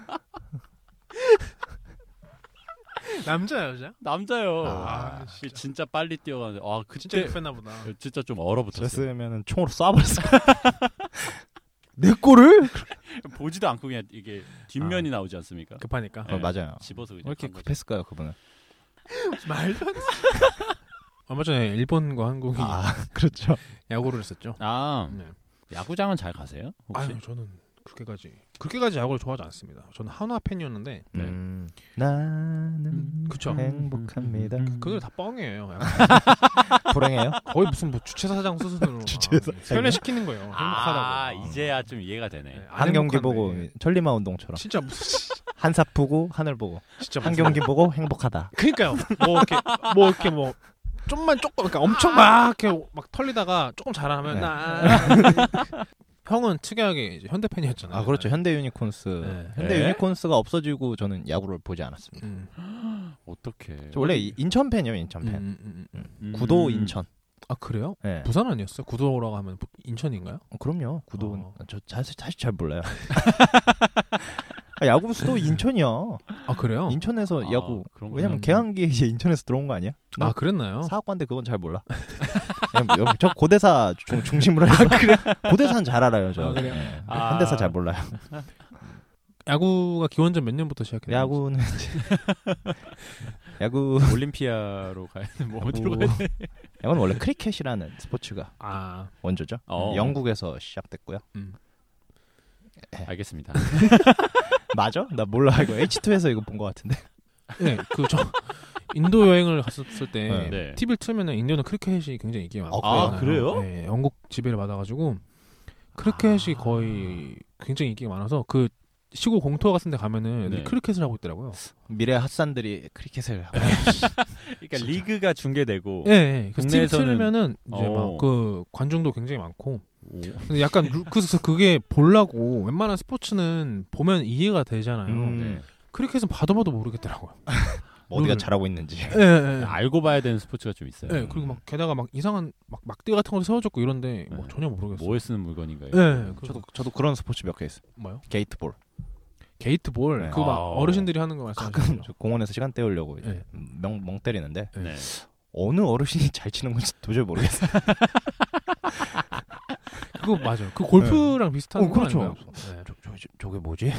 S1: 남자 여자?
S3: 남자요.
S1: 아,
S3: 그
S1: 진짜.
S3: 진짜 빨리 뛰어가는데 아 그때
S1: 진짜
S3: 진짜,
S1: 급했나 보다.
S3: 좀 얼어붙었어요.
S2: 졌으면은 총으로 쏴버렸을 [LAUGHS] 내 거를?
S3: 보지도 않고 그냥 이게 뒷면이 나오지 않습니까?
S1: 급하니까.
S3: 네.
S2: 맞아요.
S3: 집어서 그냥
S2: 왜 이렇게
S3: 간 거죠.
S2: 급했을까요 그분은?
S1: 말도 안 돼. [LAUGHS] 얼마 전에 일본과 한국이
S2: 아 [LAUGHS] 그렇죠.
S1: 야구를 했었죠.
S3: 아
S1: 네.
S3: 야구장은 잘 가세요? 혹시?
S1: 아유 저는 그렇게까지 그렇게까지 야구를 좋아하지 않습니다. 저는 한화 팬이었는데
S3: 네.
S2: 음. 나는
S1: 그쵸.
S2: 음, 행복합니다.
S1: 음, 그들 다 뻥이에요. 약간
S2: [LAUGHS] 불행해요?
S1: 거의 무슨 뭐 주최사장 수준으로
S2: [LAUGHS] 주최사장.
S1: 막 편애시키는 거예요. 행복하다고.
S3: 아 이제야 좀 이해가 되네.
S1: 네, 안
S2: 한 경기
S1: 행복한데.
S2: 보고 천리마 운동처럼
S1: 진짜 무슨
S2: 한사 푸고 하늘 보고
S1: 진짜
S2: 한
S1: 무슨-
S2: 경기 보고 행복하다.
S1: [LAUGHS] 그러니까요. 뭐 이렇게 뭐 이렇게 뭐 좀만 조금 그러니까 엄청 막 이렇게 막 털리다가 조금 잘하면
S2: 네.
S1: 나- [LAUGHS] 형은 특이하게 이제 현대 팬이었잖아요.
S2: 아 그렇죠. 현대 유니콘스.
S1: 네.
S2: 현대
S3: 네.
S2: 유니콘스가 없어지고 저는 야구를 보지 않았습니다.
S1: 음,
S3: 어떻게?
S2: 저 원래 이- 인천 팬이요, 인천
S1: 음,
S2: 팬.
S1: 음, 음, 음.
S2: 구도 인천.
S1: 아 그래요?
S2: 예.
S1: 부산 아니었어요? 구도라고 하면 부- 인천인가요?
S2: 어, 그럼요. 구도는
S1: 어.
S2: 저 사실 사실 잘 몰라요. [LAUGHS] 아, 야구 수도 인천이야.
S1: 아 그래요?
S2: 인천에서
S3: 아,
S2: 야구.
S3: 그런 어.
S2: 왜냐면
S1: 거구나.
S2: 개항기 이제 인천에서 들어온 거 아니야?
S1: 아 그랬나요?
S2: 사학관데 그건 잘
S3: [LAUGHS]
S2: 몰라. 그냥 여기 저 고대사 중, 중심으로 해서 고대사는 잘 알아요 저.
S1: 아, 그래요?
S2: 예.
S3: 아.
S2: 현대사 잘 몰라요.
S1: 야구가 기원전 몇 년부터 시작했나요?
S2: 야구는
S3: [LAUGHS]
S2: 야구
S3: 올림피아로 가야 돼. 뭐 어디로
S2: 야구-
S3: 가야 돼?
S2: 야구는 원래 크리켓이라는 스포츠가
S1: 아
S2: 원조죠.
S3: 어.
S2: 영국에서 시작됐고요.
S3: 알겠습니다.
S2: 맞아? 나 몰라 이거 H2에서 이거 본 것 같은데.
S1: 네, 그저 [LAUGHS] 인도 여행을 갔었을 때
S2: 네.
S3: 네.
S1: TV를 틀면은 인디언은 크리켓이 굉장히 인기가 많아요.
S2: 아,
S3: 그래요?
S1: 네, 영국 지배를 받아가지고 크리켓이
S3: 아.
S1: 거의 굉장히 인기가 많아서 그 시골 공터 같은 데 가면은 애들이
S3: 네.
S1: 크리켓을 하고 있더라고요.
S2: 미래 핫산들이 크리켓을 하고
S3: [LAUGHS] 그러니까 리그가 중계되고
S1: 예, 예. 그래서 TV
S3: 국내에서는-
S1: 틀면은 이제
S3: 어.
S1: 막 그 관중도 굉장히 많고 근데 약간 루- 그래서 그게 보려고 웬만한 스포츠는 보면 이해가 되잖아요.
S2: 음.
S3: 네.
S1: 크리켓은 봐도 봐도 모르겠더라고요.
S2: 어디가
S1: 룰을.
S2: 잘하고 있는지.
S1: 예, 예.
S3: 알고 봐야 되는 스포츠가 좀 있어요.
S2: 음.
S1: 예, 그리고 막 게다가 막 이상한 막 막대 같은 걸 세워줬고 이런데
S2: 예.
S1: 뭐
S3: 네.
S1: 전혀 모르겠어요.
S3: 뭐에 쓰는 물건인가요? 네,
S1: 예, 그
S2: 저도 저도 그런 스포츠 몇 개 있어요.
S1: 뭐요?
S2: 게이트볼.
S1: 게이트볼
S2: 네.
S1: 그 막
S3: 아.
S1: 어르신들이 하는 거 말씀하시죠.
S2: 가끔 저 공원에서 시간 때우려고 이제
S1: 네.
S2: 멍, 멍 때리는데
S3: 네.
S2: 어느 어르신이 잘 치는 건지 도저히 모르겠어요.
S1: 그거 맞아요. 그 골프랑 비슷한
S2: 어,
S1: 거
S2: 그렇죠. 음.
S1: 아닌가요? 네.
S2: 저, 저, 저, 저게 뭐지?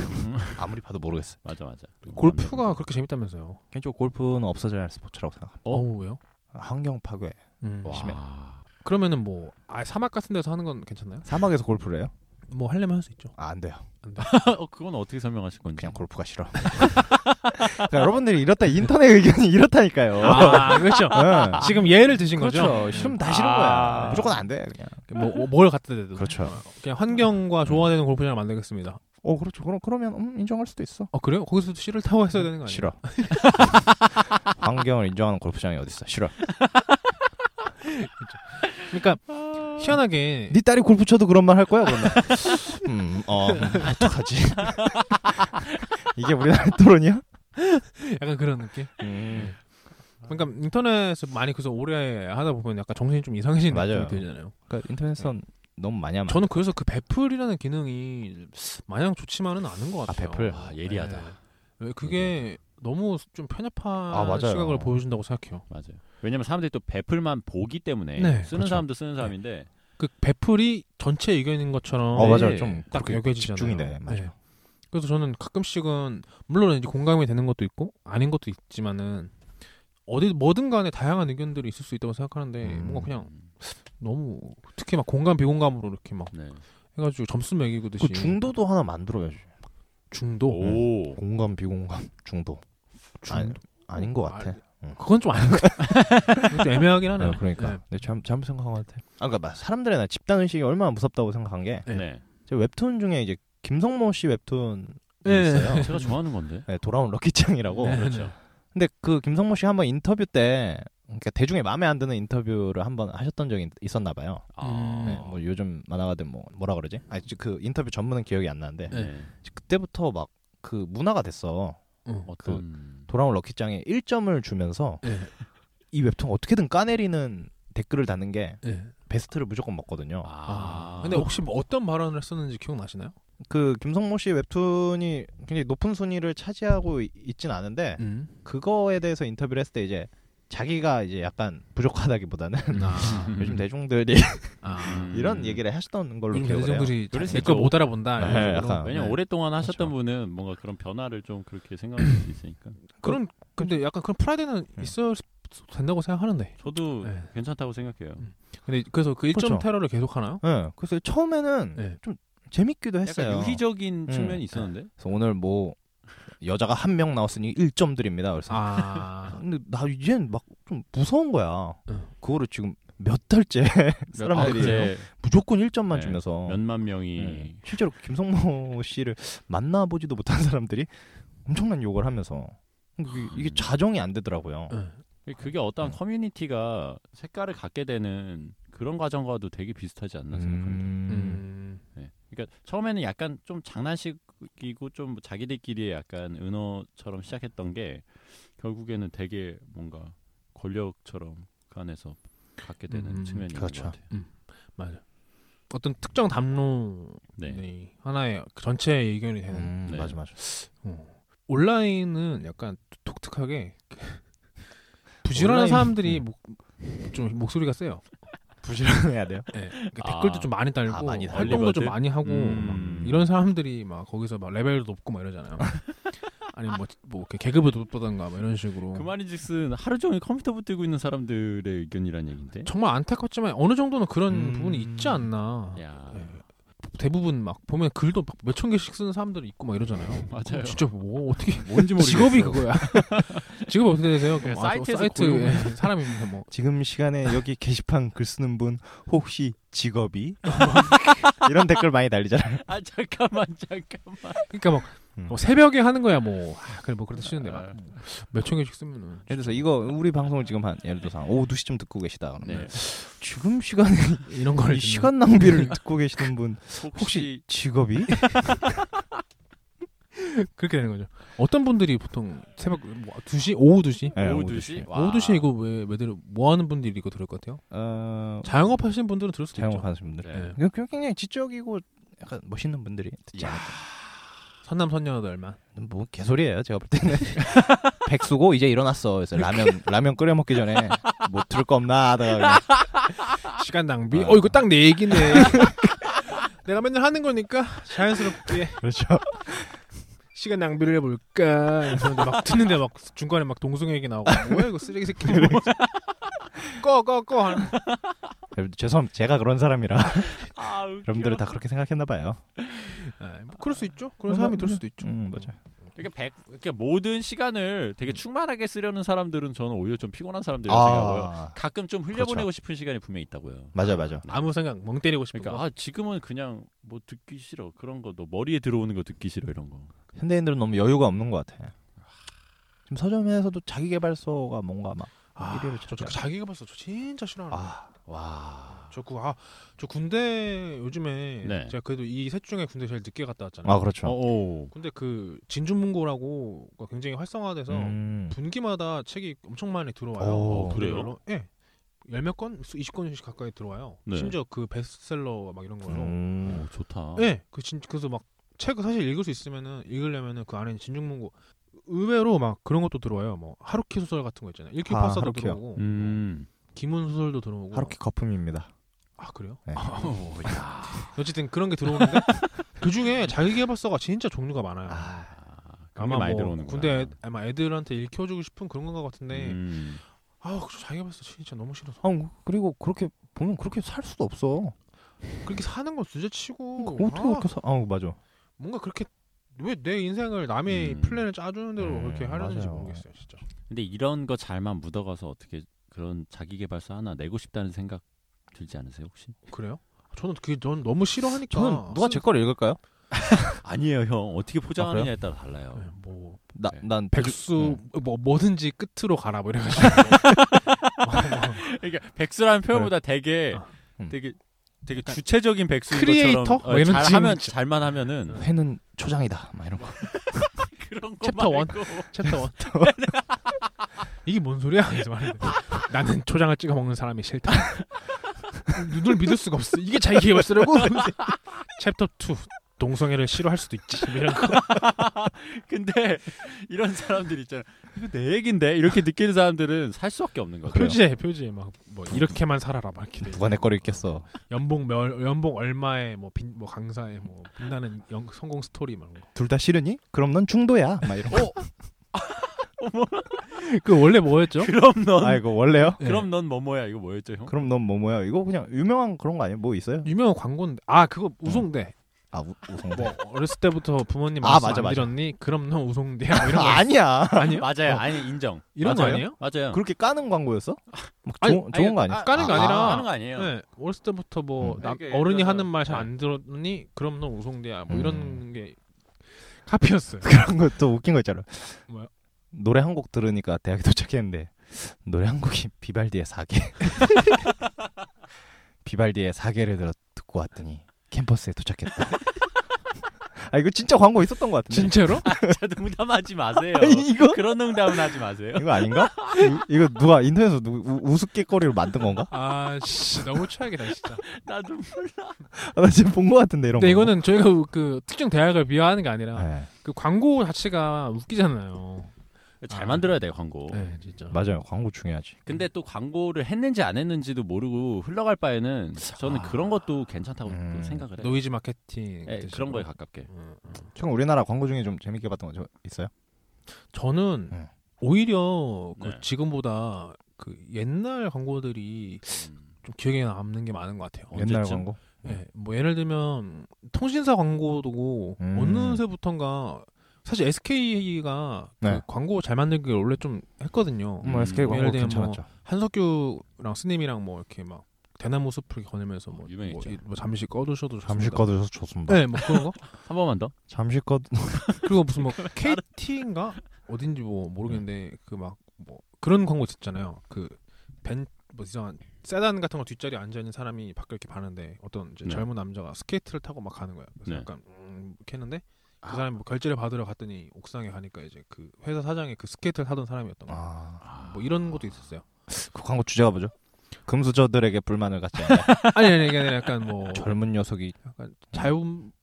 S2: 아무리 봐도 모르겠어요.
S3: 맞아 맞아.
S1: 골프가 그렇게 재밌다면서요?
S2: 개인적으로 골프는 없어져야 할 스포츠라고 생각합니다.
S1: 어, 우 왜요?
S2: 환경 파괴.
S1: 음.
S3: 와.
S2: 심해.
S1: [LAUGHS] 그러면은 뭐 아, 사막 같은 데서 하는 건 괜찮나요?
S2: 사막에서 골프를 해요?
S1: 뭐 하려면 할 수 있죠.
S2: 아, 안 돼요. 음.
S3: 어, 그건 어떻게 설명하실 건지. [LAUGHS]
S2: 그냥 골프가 [LAUGHS] 싫어. 그러니까 여러분들이 이렇다 인터넷 의견이 이렇다니까요.
S1: 아, 그렇죠.
S2: 응.
S1: 지금 예를 드신
S2: 그렇죠. 싫으면 다 싫은
S3: 아.
S2: 거야. 무조건 안 돼. 그냥.
S1: 뭐뭘 갖다 대도.
S2: 그렇죠.
S1: 그냥 환경과 조화되는 골프장을 만들겠습니다.
S2: 어, 그렇죠. 그럼 그러면 음, 인정할 수도 있어.
S1: 어 그래요? 거기서 씨를 타고 했어야 되는 거 아니에요?
S2: 싫어. [LAUGHS] 환경을 인정하는 골프장이 어디 있어? 싫어.
S1: 그러니까 희한하게
S2: 네 딸이 골프 쳐도 그런 말 할 거야 그러면. [LAUGHS] 음, 어, 음, 어떡하지? [LAUGHS] 이게 우리나라 토론이야? 네.
S1: 약간 그런 느낌.
S2: 음,
S1: 그러니까 인터넷을 많이 그래서 오래 하다 보면 약간 정신이 좀 이상해지는
S2: 맞아요.
S1: 느낌이 들잖아요.
S2: 그러니까 인터넷은 너무 많이 하면.
S1: 저는 그래서 그 베풀이라는 기능이 마냥 좋지만은 않은 것
S2: 아,
S1: 같아요.
S2: 베풀.
S3: 아, 예리하다.
S1: 네. 왜 그게 너무 좀 편협한
S2: 맞아요.
S1: 시각을 보여준다고 생각해요.
S3: 맞아요. 왜냐면 사람들이 또 베풀만 보기 때문에
S1: 네,
S3: 쓰는
S1: 그렇죠.
S3: 사람도 쓰는 사람인데
S1: 그 베풀이 전체 의견인 것처럼
S2: 어
S3: 네.
S2: 맞아요 좀
S1: 딱
S2: 그렇게
S1: 여겨지잖아요.
S2: 집중이 돼 맞아
S1: 네.
S2: 요
S1: 그래서 저는 가끔씩은 물론 이제 공감이 되는 것도 있고 아닌 것도 있지만은 어디 뭐든 간에 다양한 의견들이 있을 수 있다고 생각하는데
S2: 음.
S1: 뭔가 그냥 너무 특히 막 공감 비공감으로 이렇게 막
S3: 네.
S1: 해가지고 점수 매기고 듯이
S2: 그 중도도 하나 만들어야지
S1: 중도 음.
S3: 오.
S2: 공감 비공감 중도 아니,
S1: 중도
S2: 아닌 것 같아
S1: 그건 좀 아닌 것
S2: [LAUGHS]
S1: 같아. 그건 좀 애매하긴 하네요.
S2: 네, 그러니까
S1: 네.
S2: 내가 잘못 잘못 생각한 것 같아 아까 막 사람들의 나 집단 의식이 얼마나 무섭다고 생각한 게
S1: 네.
S3: 네.
S2: 제가 웹툰 중에 이제 김성모 씨 웹툰
S1: 네. 음,
S2: 있어요
S3: 제가 좋아하는 건데.
S2: 네, 돌아온 럭키짱이라고
S1: 네,
S3: 그렇죠.
S2: 근데 그 김성모 씨 한번 인터뷰 때 그러니까 대중에 마음에 안 드는 인터뷰를 한번 하셨던 적이 있었나 봐요
S1: 어.
S3: 아.
S2: 네, 뭐 요즘 만화가들 뭐 뭐라 그러지 아그 인터뷰 전문은 기억이 안 나는데
S1: 네.
S2: 그때부터 막 그 문화가 됐어
S1: 응. 그
S3: 어떤
S2: 돌아온 럭키짱에 1점을 주면서
S1: 네.
S2: 이 웹툰 어떻게든 까내리는 댓글을 다는 게
S1: 네.
S2: 베스트를 무조건 먹거든요.
S1: 아.
S3: 아.
S1: 근데 혹시 뭐 어떤 발언을 했었는지 기억나시나요?
S2: 그 김성모 씨 웹툰이 굉장히 높은 순위를 차지하고 이- 있진 않은데 [LAUGHS]
S1: 음.
S2: 그거에 대해서 인터뷰를 했을 때 이제 자기가 이제 약간 부족하다기보다는
S1: 아.
S2: 요즘 대중들이
S3: 음.
S1: 아.
S2: 이런 얘기를 하셨던 걸로
S1: 요즘
S2: 기억을 해요.
S1: 대중들이
S3: 그럴 수
S1: 내걸
S3: 있죠.
S1: 못 알아본다. 이런
S2: 네,
S1: 식으로.
S2: 약간.
S3: 왜냐면
S2: 네.
S3: 오랫동안 하셨던
S2: 그렇죠.
S3: 분은 뭔가 그런 변화를 좀 그렇게 생각할 수 있으니까.
S1: 그런 근데 약간 그런 프라이드는
S2: 네.
S1: 있어야 된다고 생각하는데.
S3: 저도
S1: 네.
S3: 괜찮다고 생각해요.
S1: 근데 그래서 그 1점
S2: 그렇죠.
S1: 테러를 계속 하나요?
S2: 네, 그래서 처음에는
S1: 네.
S2: 좀 재밌기도
S3: 약간
S2: 했어요.
S3: 유희적인
S2: 음.
S3: 측면이 있었는데
S2: 그래서 오늘 뭐 여자가 한 명 나왔으니 1점 드립니다. 그래서 [LAUGHS]
S1: 아
S2: 근데 나 이젠 막 좀 무서운 거야.
S1: 응.
S2: 그거를 지금 몇 달째 [LAUGHS] 사람들이
S3: 이제
S2: 무조건 1점만
S3: 네,
S2: 주면서
S3: 아,
S1: 어.
S3: 몇만 명이
S2: 음, 실제로 김성모 씨를 만나보지도 못한 사람들이 엄청난 욕을 하면서 이게-
S3: 음.
S2: 이게 자정이 안
S1: 네.
S3: 네,
S2: 되더라고요.
S3: 그게 어떠한 커뮤니티가 색깔을 갖게 되는 그런 과정과도 되게 비슷하지 않나 생각합니다.
S2: 음,
S1: 음.
S3: 네. 그러니까 처음에는 약간 좀 장난식이고 좀 자기들끼리의 약간 은어처럼 시작했던 게 결국에는 되게 뭔가 권력처럼 그 안에서 갖게 되는
S1: 음,
S3: 측면이
S2: 그렇죠.
S3: 있는 것 같아요.
S1: 맞아. 어떤 특정 담론이
S3: 네.
S1: 하나의 그 전체의 의견이 되는
S2: 음,
S3: 네.
S2: 맞아 맞아.
S1: 어. 온라인은 약간 독특하게 부지런한
S2: 온라인-
S1: 사람들이
S2: 음.
S1: 목, 좀 목소리가 세요.
S2: 부지런해야 돼요.
S1: 네. 그러니까
S3: 아.
S1: 댓글도 좀 많이 달고
S2: 아, 많이 달고.
S1: 활동도 좀
S3: 얼리버들?
S1: 많이 하고
S3: 음.
S1: 막 이런 사람들이 막 거기서 막 레벨도 높고 막
S3: [LAUGHS]
S1: 이러잖아요. 아니면 뭐, 뭐 이렇게 계급을 높다던가 뭐 이런 식으로.
S3: 그 말인즉슨 하루 종일 컴퓨터 붙들고 있는 사람들의 의견이란 얘기인데.
S1: 정말 안타깝지만 어느 정도는 그런
S2: 음.
S1: 부분이 있지 않나.
S3: 야.
S1: 예. 대부분 막 보면 글도 막 몇천 개씩 쓰는 사람들 있고 막 이러잖아요.
S3: [LAUGHS] 맞아요.
S1: 진짜 뭐 어떻게
S3: 뭔지 모르겠어.
S1: 직업이 그거야. [LAUGHS] 직업 어떻게 되세요? 그럼
S3: 예,
S1: 아, 저
S3: 사이트에서
S1: 사이트
S3: 고용을-
S1: 예, 사람입니다. 뭐
S2: 지금 [LAUGHS] 시간에 여기 게시판 글 쓰는 분 혹시 [LAUGHS] 직업이 이런 댓글 많이 달리잖아요.
S3: 아 잠깐만 잠깐만.
S1: 그러니까 막
S2: 음.
S1: 뭐 새벽에 하는 거야 뭐 아, 그래 뭐 그렇다 치는데
S3: 아.
S1: 막 몇천 개씩 쓰면은
S2: 예를 들어서 이거 우리 방송을 지금 한 예를 들어서 한 오후 2시쯤 듣고 계시다 그러면
S3: 네.
S2: 지금 시간에
S1: 이런 거를
S2: 이
S1: 듣는-
S2: 시간 낭비를 [LAUGHS] 듣고 계시는 분 혹시
S3: 혹시
S2: 직업이
S1: 그렇게 되는 거죠. 어떤 분들이 보통 새벽 뭐 2시 오후 2시
S2: 네,
S3: 오후
S2: 오후
S3: 2시?
S1: 오후 2시 이거 왜 왜들 뭐 하는 분들이 이거 들을 것 같아요?
S2: 어,
S1: 자영업 하시는 분들은 들을 수도 있죠.
S2: 자영업하시는 분들
S3: 네.
S2: 그냥 그냥 굉장히 지적이고 약간 멋있는 분들이 듣지
S3: 야.
S2: 않을까.
S1: 선남 선녀들만.
S2: 뭐 개소리예요 제가 볼
S3: [LAUGHS]
S2: 때는 백수고 이제 일어났어 그래서 라면 라면 끓여 먹기 전에 뭐 들을 거 없나 하다가 그냥
S1: 시간 낭비.
S2: 아.
S1: 어 이거 딱 내 얘기네. [LAUGHS] 내가 맨날 하는 거니까 자연스럽게
S2: [LAUGHS] 그렇죠
S1: 시간 낭비를 해볼까. 그런데 막 듣는데 막 중간에 막 동성 얘기 나오고 뭐야 이거 쓰레기 새끼. [LAUGHS] 꺼꺼 꺼. 하는.
S2: 여러분들 죄송합니다 제가 그런 사람이라
S3: 아, 웃겨.
S2: 여러분들은 다 그렇게 생각했나 봐요
S1: 네, 뭐 그럴 수 있죠. 그런 사람이 들 수도 있죠.
S2: 음 맞아요
S3: 그러니까, 백, 그러니까 모든 시간을 되게 충만하게 쓰려는 사람들은 저는 오히려 좀 피곤한 사람들이라고 생각하고요.
S2: 아
S3: 가끔 좀 흘려보내고 싶은 시간이 분명히 있다고요.
S2: 맞아 맞아
S1: 아무 생각 멍 때리고 싶은
S3: 그러니까
S1: 거.
S3: 아 지금은 그냥 뭐 듣기 싫어 그런 거 너 머리에 들어오는 거 듣기 싫어 이런 거.
S2: 현대인들은 너무 여유가 없는 것 같아 지금 서점에서도 자기 개발서가 뭔가 막
S1: 아,
S2: 일요일을
S1: 저, 저
S2: 찾아요.
S1: 자기가 벌써 저 진짜 싫어하는. 아.
S2: 아, 와.
S1: 저 그, 아, 저 군대 요즘에
S3: 네.
S1: 제가 그래도 이 셋 중에 군대 제일 늦게 갔다 왔잖아요.
S2: 아 그렇죠.
S3: 오.
S1: 근데 그 진준문고라고 굉장히 활성화돼서
S2: 음.
S1: 분기마다 책이 엄청 많이 들어와요.
S2: 어,
S3: 그래요?
S1: 별로? 예. 열몇 권, 이십 권씩 가까이 들어와요.
S3: 네.
S1: 심지어 그 베스트셀러 막 이런 거로.
S2: 음.
S3: 오 좋다.
S1: 예. 그 진, 그래서 막 책을 사실 읽을 수 있으면은 읽으려면은 그 안에 진중문고 의외로 막 그런 것도 들어와요. 뭐 하루키 소설 같은 거 있잖아요. 일기
S2: 아,
S1: 팔사도
S2: 하루키요.
S1: 들어오고,
S3: 음.
S1: 기문 소설도 들어오고.
S2: 하루키 거품입니다.
S1: 아 그래요?
S3: 오, 야.
S1: [LAUGHS] 어쨌든 그런 게 들어오는데 그 중에 자기계발서가 진짜 종류가 많아요. 뭐
S3: 아, 그런 게 많이 들어오는 거.
S1: 군대 네. 애, 아마 애들한테 읽혀주고 싶은 그런 건가 같은데
S3: 음.
S1: 아우 그 자기계발서 진짜 너무 싫어서
S2: 아, 그리고 그렇게 보면 그렇게 살 수도 없어.
S1: 그렇게 사는 건 둘째치고
S2: 그거 어떻게
S1: 아,
S2: 그렇게 사? 아, 맞아.
S1: 뭔가 그렇게 왜 내 인생을 남의
S3: 음.
S1: 플랜을 짜주는 대로
S2: 음,
S1: 그렇게 하려는지
S2: 맞아요.
S1: 모르겠어요 진짜.
S3: 근데 이런 거 잘만 묻어가서 어떻게 그런 자기 개발서 하나 내고 싶다는 생각 들지 않으세요 혹시?
S1: 그래요? 저는 그게 전 너무 싫어하니까.
S2: 저는 누가 제 거를 읽을까요?
S3: 아니에요 형 어떻게 포장하느냐에 따라
S1: 네,
S3: 달라요.
S1: 뭐
S2: 나,
S3: 네.
S2: 난
S1: 백수
S2: 음.
S1: 뭐 뭐든지 끝으로 가라 뭐 이래가지고. [LAUGHS]
S3: 그러니까 백수라는 표현보다 되게
S1: 아,
S2: 음.
S3: 되게 되게 주체적인 백수인
S1: 크리에이터?
S3: 것처럼 어,
S1: 뭐 이런
S3: 잘하면
S1: 지금-
S3: 잘만 하면은
S2: 그 회는 초장이다. 막 이런 거.
S3: 그런 거
S1: 챕터 원.
S3: 말고
S1: 챕터 1 이게 뭔 소리야? 그래서 말했는데 나는 초장을 찍어 먹는 사람이 싫다. [LAUGHS] 눈을 믿을 수가 없어. 이게 자기 개발서라고? 챕터 2 동성애를 싫어할 수도 있지. 뭐 이런 거.
S3: [LAUGHS] 근데 이런 사람들 있잖아. 이거 내 얘긴데 이렇게 느끼는 사람들은 살 수밖에 없는 거예요.
S1: 표지에 표지에 막 뭐 이렇게만 살아라 막 이렇게 돼.
S2: 누가 내 거를 읽겠어.
S1: 연봉 몇 연봉 얼마에 뭐, 빈, 뭐 강사에 뭐 빛나는 영, 성공 스토리 막 이런 거.
S2: 둘 다 싫으니? 그럼 넌 중도야. 막 이런 거.
S1: 그 원래 뭐였죠?
S3: 그럼 넌
S2: 아, 이거 원래요?
S1: 네.
S3: 그럼 넌 뭐뭐야 이거 뭐였죠 형?
S2: 그럼 넌 뭐뭐야? 이거 그냥 유명한 그런 거 아니에요? 뭐 있어요?
S1: 유명한 광고인데 아 그거 우송대
S2: 아 우, 우성대.
S1: 뭐 어렸을 때부터 부모님
S2: 아,
S1: 말씀
S2: 맞아,
S1: 안
S2: 맞아.
S1: 들었니? 그럼 넌 우성대야
S2: [LAUGHS]
S1: 뭐 이런 거
S2: 아, 아니야.
S1: 아니요?
S3: 맞아요.
S1: 어.
S3: 아니 인정.
S1: 이런 거
S2: 맞아요?
S1: 아니에요?
S3: 맞아요.
S2: [LAUGHS] 그렇게 까는 광고였어? 막
S1: 아니,
S2: 좋은 좋은 거
S3: 아니,
S2: 아니야?
S1: 까는 게
S2: 아,
S1: 아니라
S3: 하는 거 아니에요.
S1: 네, 어렸을 때부터 뭐
S2: 음.
S1: 나-
S3: 이렇게 네. 예를
S1: 어른이
S3: 들어서-
S1: 하는 말 잘 안 들었니? 그럼 넌 우성대야 뭐 이런
S2: 음.
S1: 게 카피였어요. 네.
S2: 그런 거 또 웃긴 거 있잖아.
S1: 뭐야?
S2: 노래 한 곡 들으니까 대학에 도착했는데 노래 한 곡이 비발디의 사계. [LAUGHS] 비발디의 사계를 들어 듣고 왔더니 캠퍼스에 도착했다. [LAUGHS] 아 이거 진짜 광고 있었던 것 같은데.
S1: 진짜로?
S3: 저 농담하지 마세요.
S2: 아니, 이거
S3: 그런 농담은
S1: [LAUGHS]
S3: 하지 마세요.
S2: 이거 아닌가? 이, 이거 누가 인터넷에서 누, 우, 우스갯거리로 만든 건가?
S1: [LAUGHS] 아씨 너무 최악이다 진짜.
S3: 나도 몰라.
S2: 아, 나 지금 본 것 같은데 이런 거.
S1: 근데 이거는 저희가 그 특정 대학을 비하하는 게 아니라
S2: 네, 뭐.
S1: 그 광고 자체가 웃기잖아요.
S3: 잘
S1: 아.
S3: 만들어야 돼요 광고.
S1: 네 진짜.
S2: 맞아요. 광고 중요하지.
S3: 근데 또 광고를 했는지 안 했는지도 모르고 흘러갈 바에는 저는
S1: 아.
S3: 그런 것도 괜찮다고
S2: 음.
S3: 또 생각을 해요.
S1: 노이즈 마케팅
S3: 예,
S1: 뜻이고.
S3: 그런 거에 가깝게.
S1: 음, 음.
S2: 총 우리나라 광고 중에 좀 재밌게 봤던 거 있어요?
S1: 저는
S2: 네.
S1: 오히려 그
S3: 네.
S1: 지금보다 그 옛날 광고들이
S3: 음.
S1: 좀 기억에 남는 게 많은 것 같아요.
S2: 옛날
S3: 언제쯤?
S2: 광고?
S1: 예, 뭐 예를 들면 통신사 광고도
S2: 음.
S1: 어느새부턴가 사실 SK가
S2: 네.
S1: 그 광고 잘 만들기 원래 좀 했거든요.
S3: 음.
S2: 뭐 SK 광고
S1: 예를 들면
S2: 괜찮았죠.
S1: 한석규랑 스님이랑 뭐 이렇게 막 대나무 숲을 걸으면서 뭐, 뭐,
S3: 어, 유명했죠.
S1: 이- 뭐 잠시 꺼두셔도 좋습니다.
S2: 잠시 꺼드셔서 좋습니다.
S1: 네, 뭐 그런 거.
S3: 한 번만 더.
S2: 잠시 꺼
S1: 그리고 무슨 뭐 KT인가 어딘지 뭐 모르겠는데 그 막 뭐 그런 광고 있었잖아요. 그벤뭐 이상한 세단 같은 거 뒷자리에 앉아 있는 사람이 밖을 이렇게 봤는데 어떤 이제
S3: 네.
S1: 젊은 남자가 스케이트를 타고 막 가는 거예요. 그래서
S3: 네.
S1: 약간 음, 이렇게 했는데
S2: 아.
S1: 그 사람이 뭐 결제를 받으러 갔더니 옥상에 가니까 이제 그 회사 사장이 그 스케이트를 타던 사람이었던 거예요.
S2: 아,
S1: 뭐 이런 것도 있었어요.
S2: [LAUGHS] 그 광고 주제가 뭐죠? 금수저들에게 불만을 갖지 않아
S1: 아니 아니 이게 아니라 약간 뭐
S2: [LAUGHS] 젊은 녀석이
S1: 약간 자유론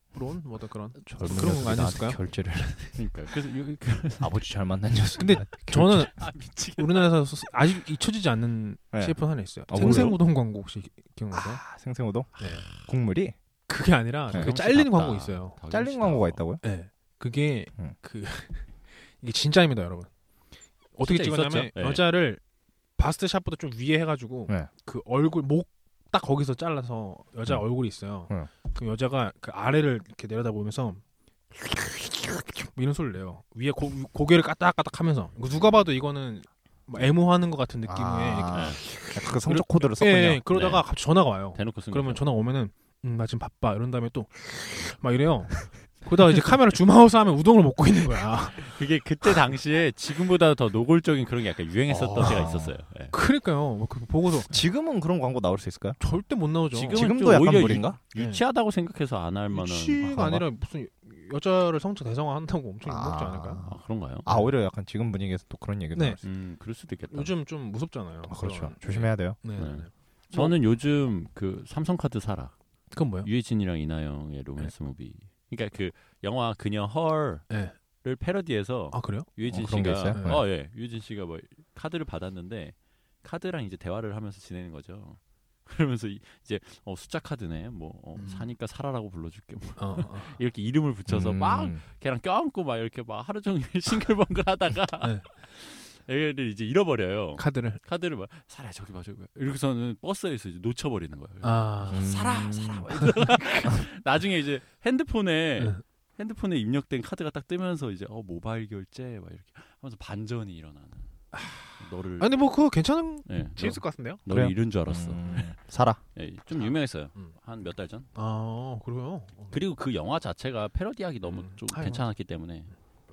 S1: 뭐 어떤 그런
S2: 젊은
S1: 그런 거
S2: 녀석이 나한테
S1: 아니었을까요?
S2: 결제를
S3: 그러니까 그래서 요- 그-
S2: [LAUGHS] 아버지 잘 만난 녀석.
S1: 근데 저는
S3: 아 미치겠.
S1: 우리나라에서 스- 아직 잊혀지지 않는
S2: 네.
S1: CF 하나 있어요.
S2: 아, 뭐예요?
S1: 생생우동 광고 혹시 기- 기억나세요?
S2: 아, 생생우동
S1: 네.
S2: 국물이
S1: 그게 아니라
S2: 네.
S1: 그 잘린 광고 있어요.
S2: 잘린 광고가 있다고요?
S1: 네. 그게
S2: 음.
S1: 그 [LAUGHS] 이게 진짜입니다, 여러분. 어떻게
S3: 진짜
S1: 찍었냐면
S3: 있었죠? 네.
S1: 여자를 바스트 샷보다 좀 위에 해가지고
S2: 네.
S1: 그 얼굴 목 딱 거기서 잘라서 여자
S2: 음.
S1: 얼굴이 있어요.
S2: 음.
S1: 그 여자가 그 아래를 이렇게 내려다보면서 뭐 이런 소리를 내요. 위에 고, 고개를 까딱까딱하면서 이거 누가 봐도 이거는 뭐 애모하는 것 같은 느낌의 이렇게-
S2: 아, 약간 그 성적 코드를
S1: 예,
S2: 썼군요.
S1: 예, 그러다가
S3: 네.
S1: 갑자기 전화가 와요.
S3: 대놓고 쓴
S1: 그러면
S3: 그러면
S1: 전화 오면은 음, 나 지금 바빠 이런 다음에 또 막 이래요. 그러다가 이제 카메라 줌하우스 하면 우동을 먹고 있는 거야.
S3: 그게 그때 당시에 지금보다 더 노골적인 그런 게 약간 유행했었던
S2: 어.
S3: 때가 있었어요. 예.
S1: 그러니까요. 뭐 그거 보고서
S2: 지금은 그런 광고 나올 수 있을까요?
S1: 절대 못 나오죠.
S3: 지금은
S2: 지금도
S3: 좀
S2: 약간
S3: 오히려
S2: 무리인가?
S1: 네.
S3: 유치하다고 생각해서 안 할 만한
S1: 유치가
S2: 아,
S1: 아니라 무슨 여자를 성적 대상화한다고 엄청 욕 먹지 않을까요?
S3: 아 그런가요?
S2: 아 오히려 약간 지금 분위기에서 또 그런 얘기도
S1: 네.
S2: 나올 수
S3: 음 그럴 수도 있겠다.
S1: 요즘 좀 무섭잖아요.
S2: 있어요. 아, 그렇죠.
S1: 그런-
S2: 조심해야 돼요.
S1: 네. 네. 네.
S3: 저는 요즘 그 삼성카드 사라
S1: 그건 뭐예요?
S3: 유해진이랑 이나영의 로맨스 무비. 그러니까 그 영화 그녀 헐을
S1: 네.
S3: 패러디해서
S1: 아 그래요?
S3: 유해진
S2: 어, 그런 게
S3: 씨가
S2: 있어요?
S3: 어 예, 유해진 씨가 뭐 카드를 받았는데 카드랑 이제 대화를 하면서 지내는 거죠. [LAUGHS] 그러면서 이- 이제 어, 숫자 카드네 뭐 어,
S1: 음.
S3: 사니까 사라라고 불러줄게 뭐 [LAUGHS]
S1: 어, 어, 어.
S3: 이렇게 이름을 붙여서
S2: 음.
S3: 막 걔랑 껴안고 막 이렇게 막 하루 종일 [LAUGHS] 싱글벙글하다가
S1: [LAUGHS]
S3: [LAUGHS]
S1: 네.
S3: 얘를 이제 잃어버려요.
S1: 카드를
S3: 카드를 막 사라 저기 봐 저기 봐 이렇게서는 버스에서 이제 놓쳐버리는 거예요.
S1: 아
S2: 음.
S3: 사라 사라 막 이러다가 나중에 이제 핸드폰에
S1: 네.
S3: 핸드폰에 입력된 카드가 딱 뜨면서 이제 어 모바일 결제 막 이렇게 하면서 반전이 일어나는 너를
S1: 아, 근데 뭐 그거 괜찮은
S3: 예,
S1: 재밌을 것 같은데요?
S3: 너, 를
S2: 그래요?
S3: 잃은 줄 알았어
S2: 음, 살아.
S3: 예, 좀 유명했어요
S1: 음.
S3: 한 몇 달 전
S1: 아 그래요?
S3: 그리고 그 영화 자체가 패러디하기 너무
S1: 음.
S3: 좀
S1: 아이고.
S3: 괜찮았기 때문에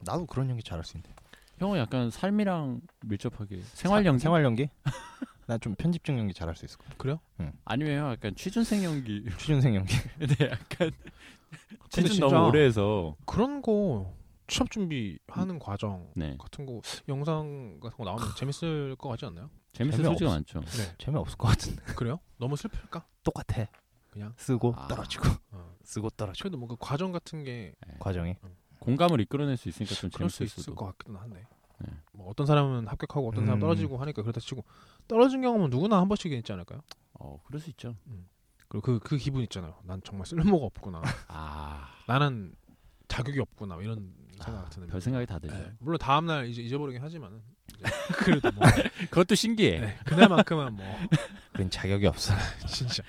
S2: 나도 그런 연기 잘할 수 있는데.
S3: 형은 약간 삶이랑 밀접하게 생활 연기
S2: 생활 연기? [LAUGHS] 난 좀 편집증 연기 잘할 수 있을 것 같아.
S3: 아니면 형 약간 취준생 [LAUGHS] 연기
S2: 취준생 연기.
S3: 네 약간 취준
S1: 진짜-
S3: 너무 오래 해서
S1: 그런 거 취업 준비하는 과정
S3: 네
S1: 같은 거 영상 같은 거 나오면 재밌을 것 같지 않나요?
S3: 재밌을
S2: 재미없어.
S3: 소지가 많죠
S1: 네.
S2: [LAUGHS] 재미없을 것 같은데.
S1: 그래요? 너무 슬플까?
S2: 똑같아.
S1: 그냥?
S2: 쓰고
S3: 아.
S2: 떨어지고
S1: 어.
S2: [LAUGHS] 쓰고 떨어지고
S1: 그래도 뭔가 과정 같은 게
S2: 과정이.
S3: 공감을 이끌어낼 수 있으니까 좀
S1: 그럴 수
S3: 재밌을
S1: 있을
S3: 수도
S1: 것 같기도 한데.
S3: 네.
S1: 뭐 어떤 사람은 합격하고 어떤 사람
S2: 음.
S1: 떨어지고 하니까 그렇다 치고 떨어진 경험은 누구나 한 번씩은 있지 않을까요?
S3: 어 그럴 수 있죠
S1: 그리고 그, 그 기분 있잖아요. 난 정말 쓸모가
S3: [LAUGHS]
S1: 없구나.
S3: 아
S1: 나는 자격이 없구나. 이런 생각 드는.
S3: 별 생각이 다 되죠
S1: 음. 네. 물론 다음 날 이제 잊어버리긴 하지만은
S3: [LAUGHS]
S1: 이제 그래도 뭐
S3: 네. 그것도 신기해
S1: 네. 그날만큼은
S3: [LAUGHS]
S1: 뭐
S2: 우린 자격이 없어.
S1: 진짜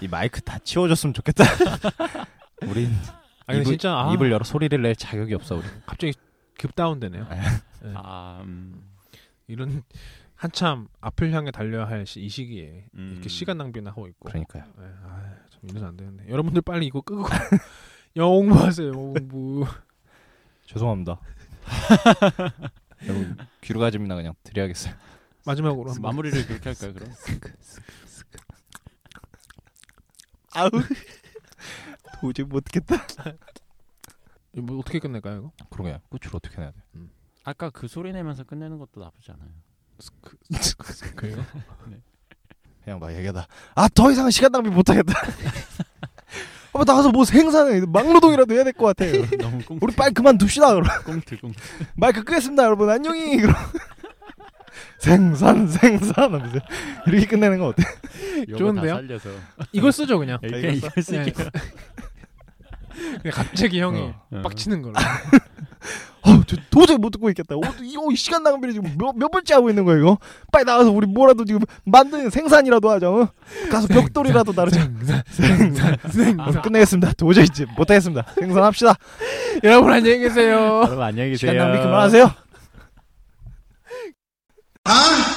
S2: 이 마이크 다 치워줬으면 좋겠다. [LAUGHS] 우린
S1: 아 근데
S2: 입을-
S1: 진짜 아,
S2: 입을 열어 소리를 낼 자격이 없어 우리.
S1: 갑자기 급 다운되네요.
S3: 아, 음,
S1: 이런 한참 앞을 향해 달려야 할 이 시기에
S3: 음.
S1: 이렇게 시간 낭비나 하고 있고.
S2: 그러니까요.
S1: 예, 아, 참 이래서 안 되는데. 여러분들 빨리 이거 끄고 [LAUGHS] 영어 공부하세요. 영어 공부.
S2: [LAUGHS] 죄송합니다. 여러분 귀루가즘이나 그냥 드려야겠어요.
S1: 마지막으로 한 번.
S3: 마무리를 그렇게 할까요 그럼?
S2: 아우 도저히 못겠다.
S1: 뭐 어떻게 끝낼까요 이거?
S2: 그러게요. 끝을 어떻게 [LAUGHS] 내야 돼?
S3: 아까 그 소리 내면서 끝내는 것도 나쁘지 않아요.
S1: 그래요?
S2: 그냥 막 얘기하다. 아더 이상 시간 낭비 못하겠다. [LAUGHS] 한번 나가서 뭐 행사는 막노동이라도 해야 될 것 같아요.
S3: 너무 꽁
S2: 우리 빨리 그만둡시다. 그럼. [LAUGHS]
S3: 꽁트 꽁트.
S2: 마이크 끄겠습니다 여러분 안녕히 [LAUGHS] 그럼 생산 생산 하면서 이렇게 끝내는 거 어때?
S3: 이거 다
S1: 좋은데요?
S3: 살려서.
S1: [LAUGHS] 이걸 쓰죠 그냥.
S3: 야, 그냥 이거
S1: 네.
S3: 쓸게요.
S1: [LAUGHS] 근데 갑자기 형이
S3: 어.
S1: 빡치는 [LAUGHS] 걸로.
S2: 어, 저 도저히 못 듣고 있겠다. 어, 이거 이 시간 낭비를 지금 몇, 몇 번째 하고 있는 거야 이거? 빨리 나가서 우리 뭐라도 지금 만드는 생산이라도 하자. 어? 가서 벽돌이라도 나르자.
S1: 생산
S2: 어,
S1: 생산.
S2: 끝내겠습니다. 도저히 이제 못하겠습니다. 생산합시다.
S1: [LAUGHS] 여러분 안녕히 계세요.
S3: 여러분 안녕히 계세요.
S2: 시간 낭비 그만하세요.
S4: Huh?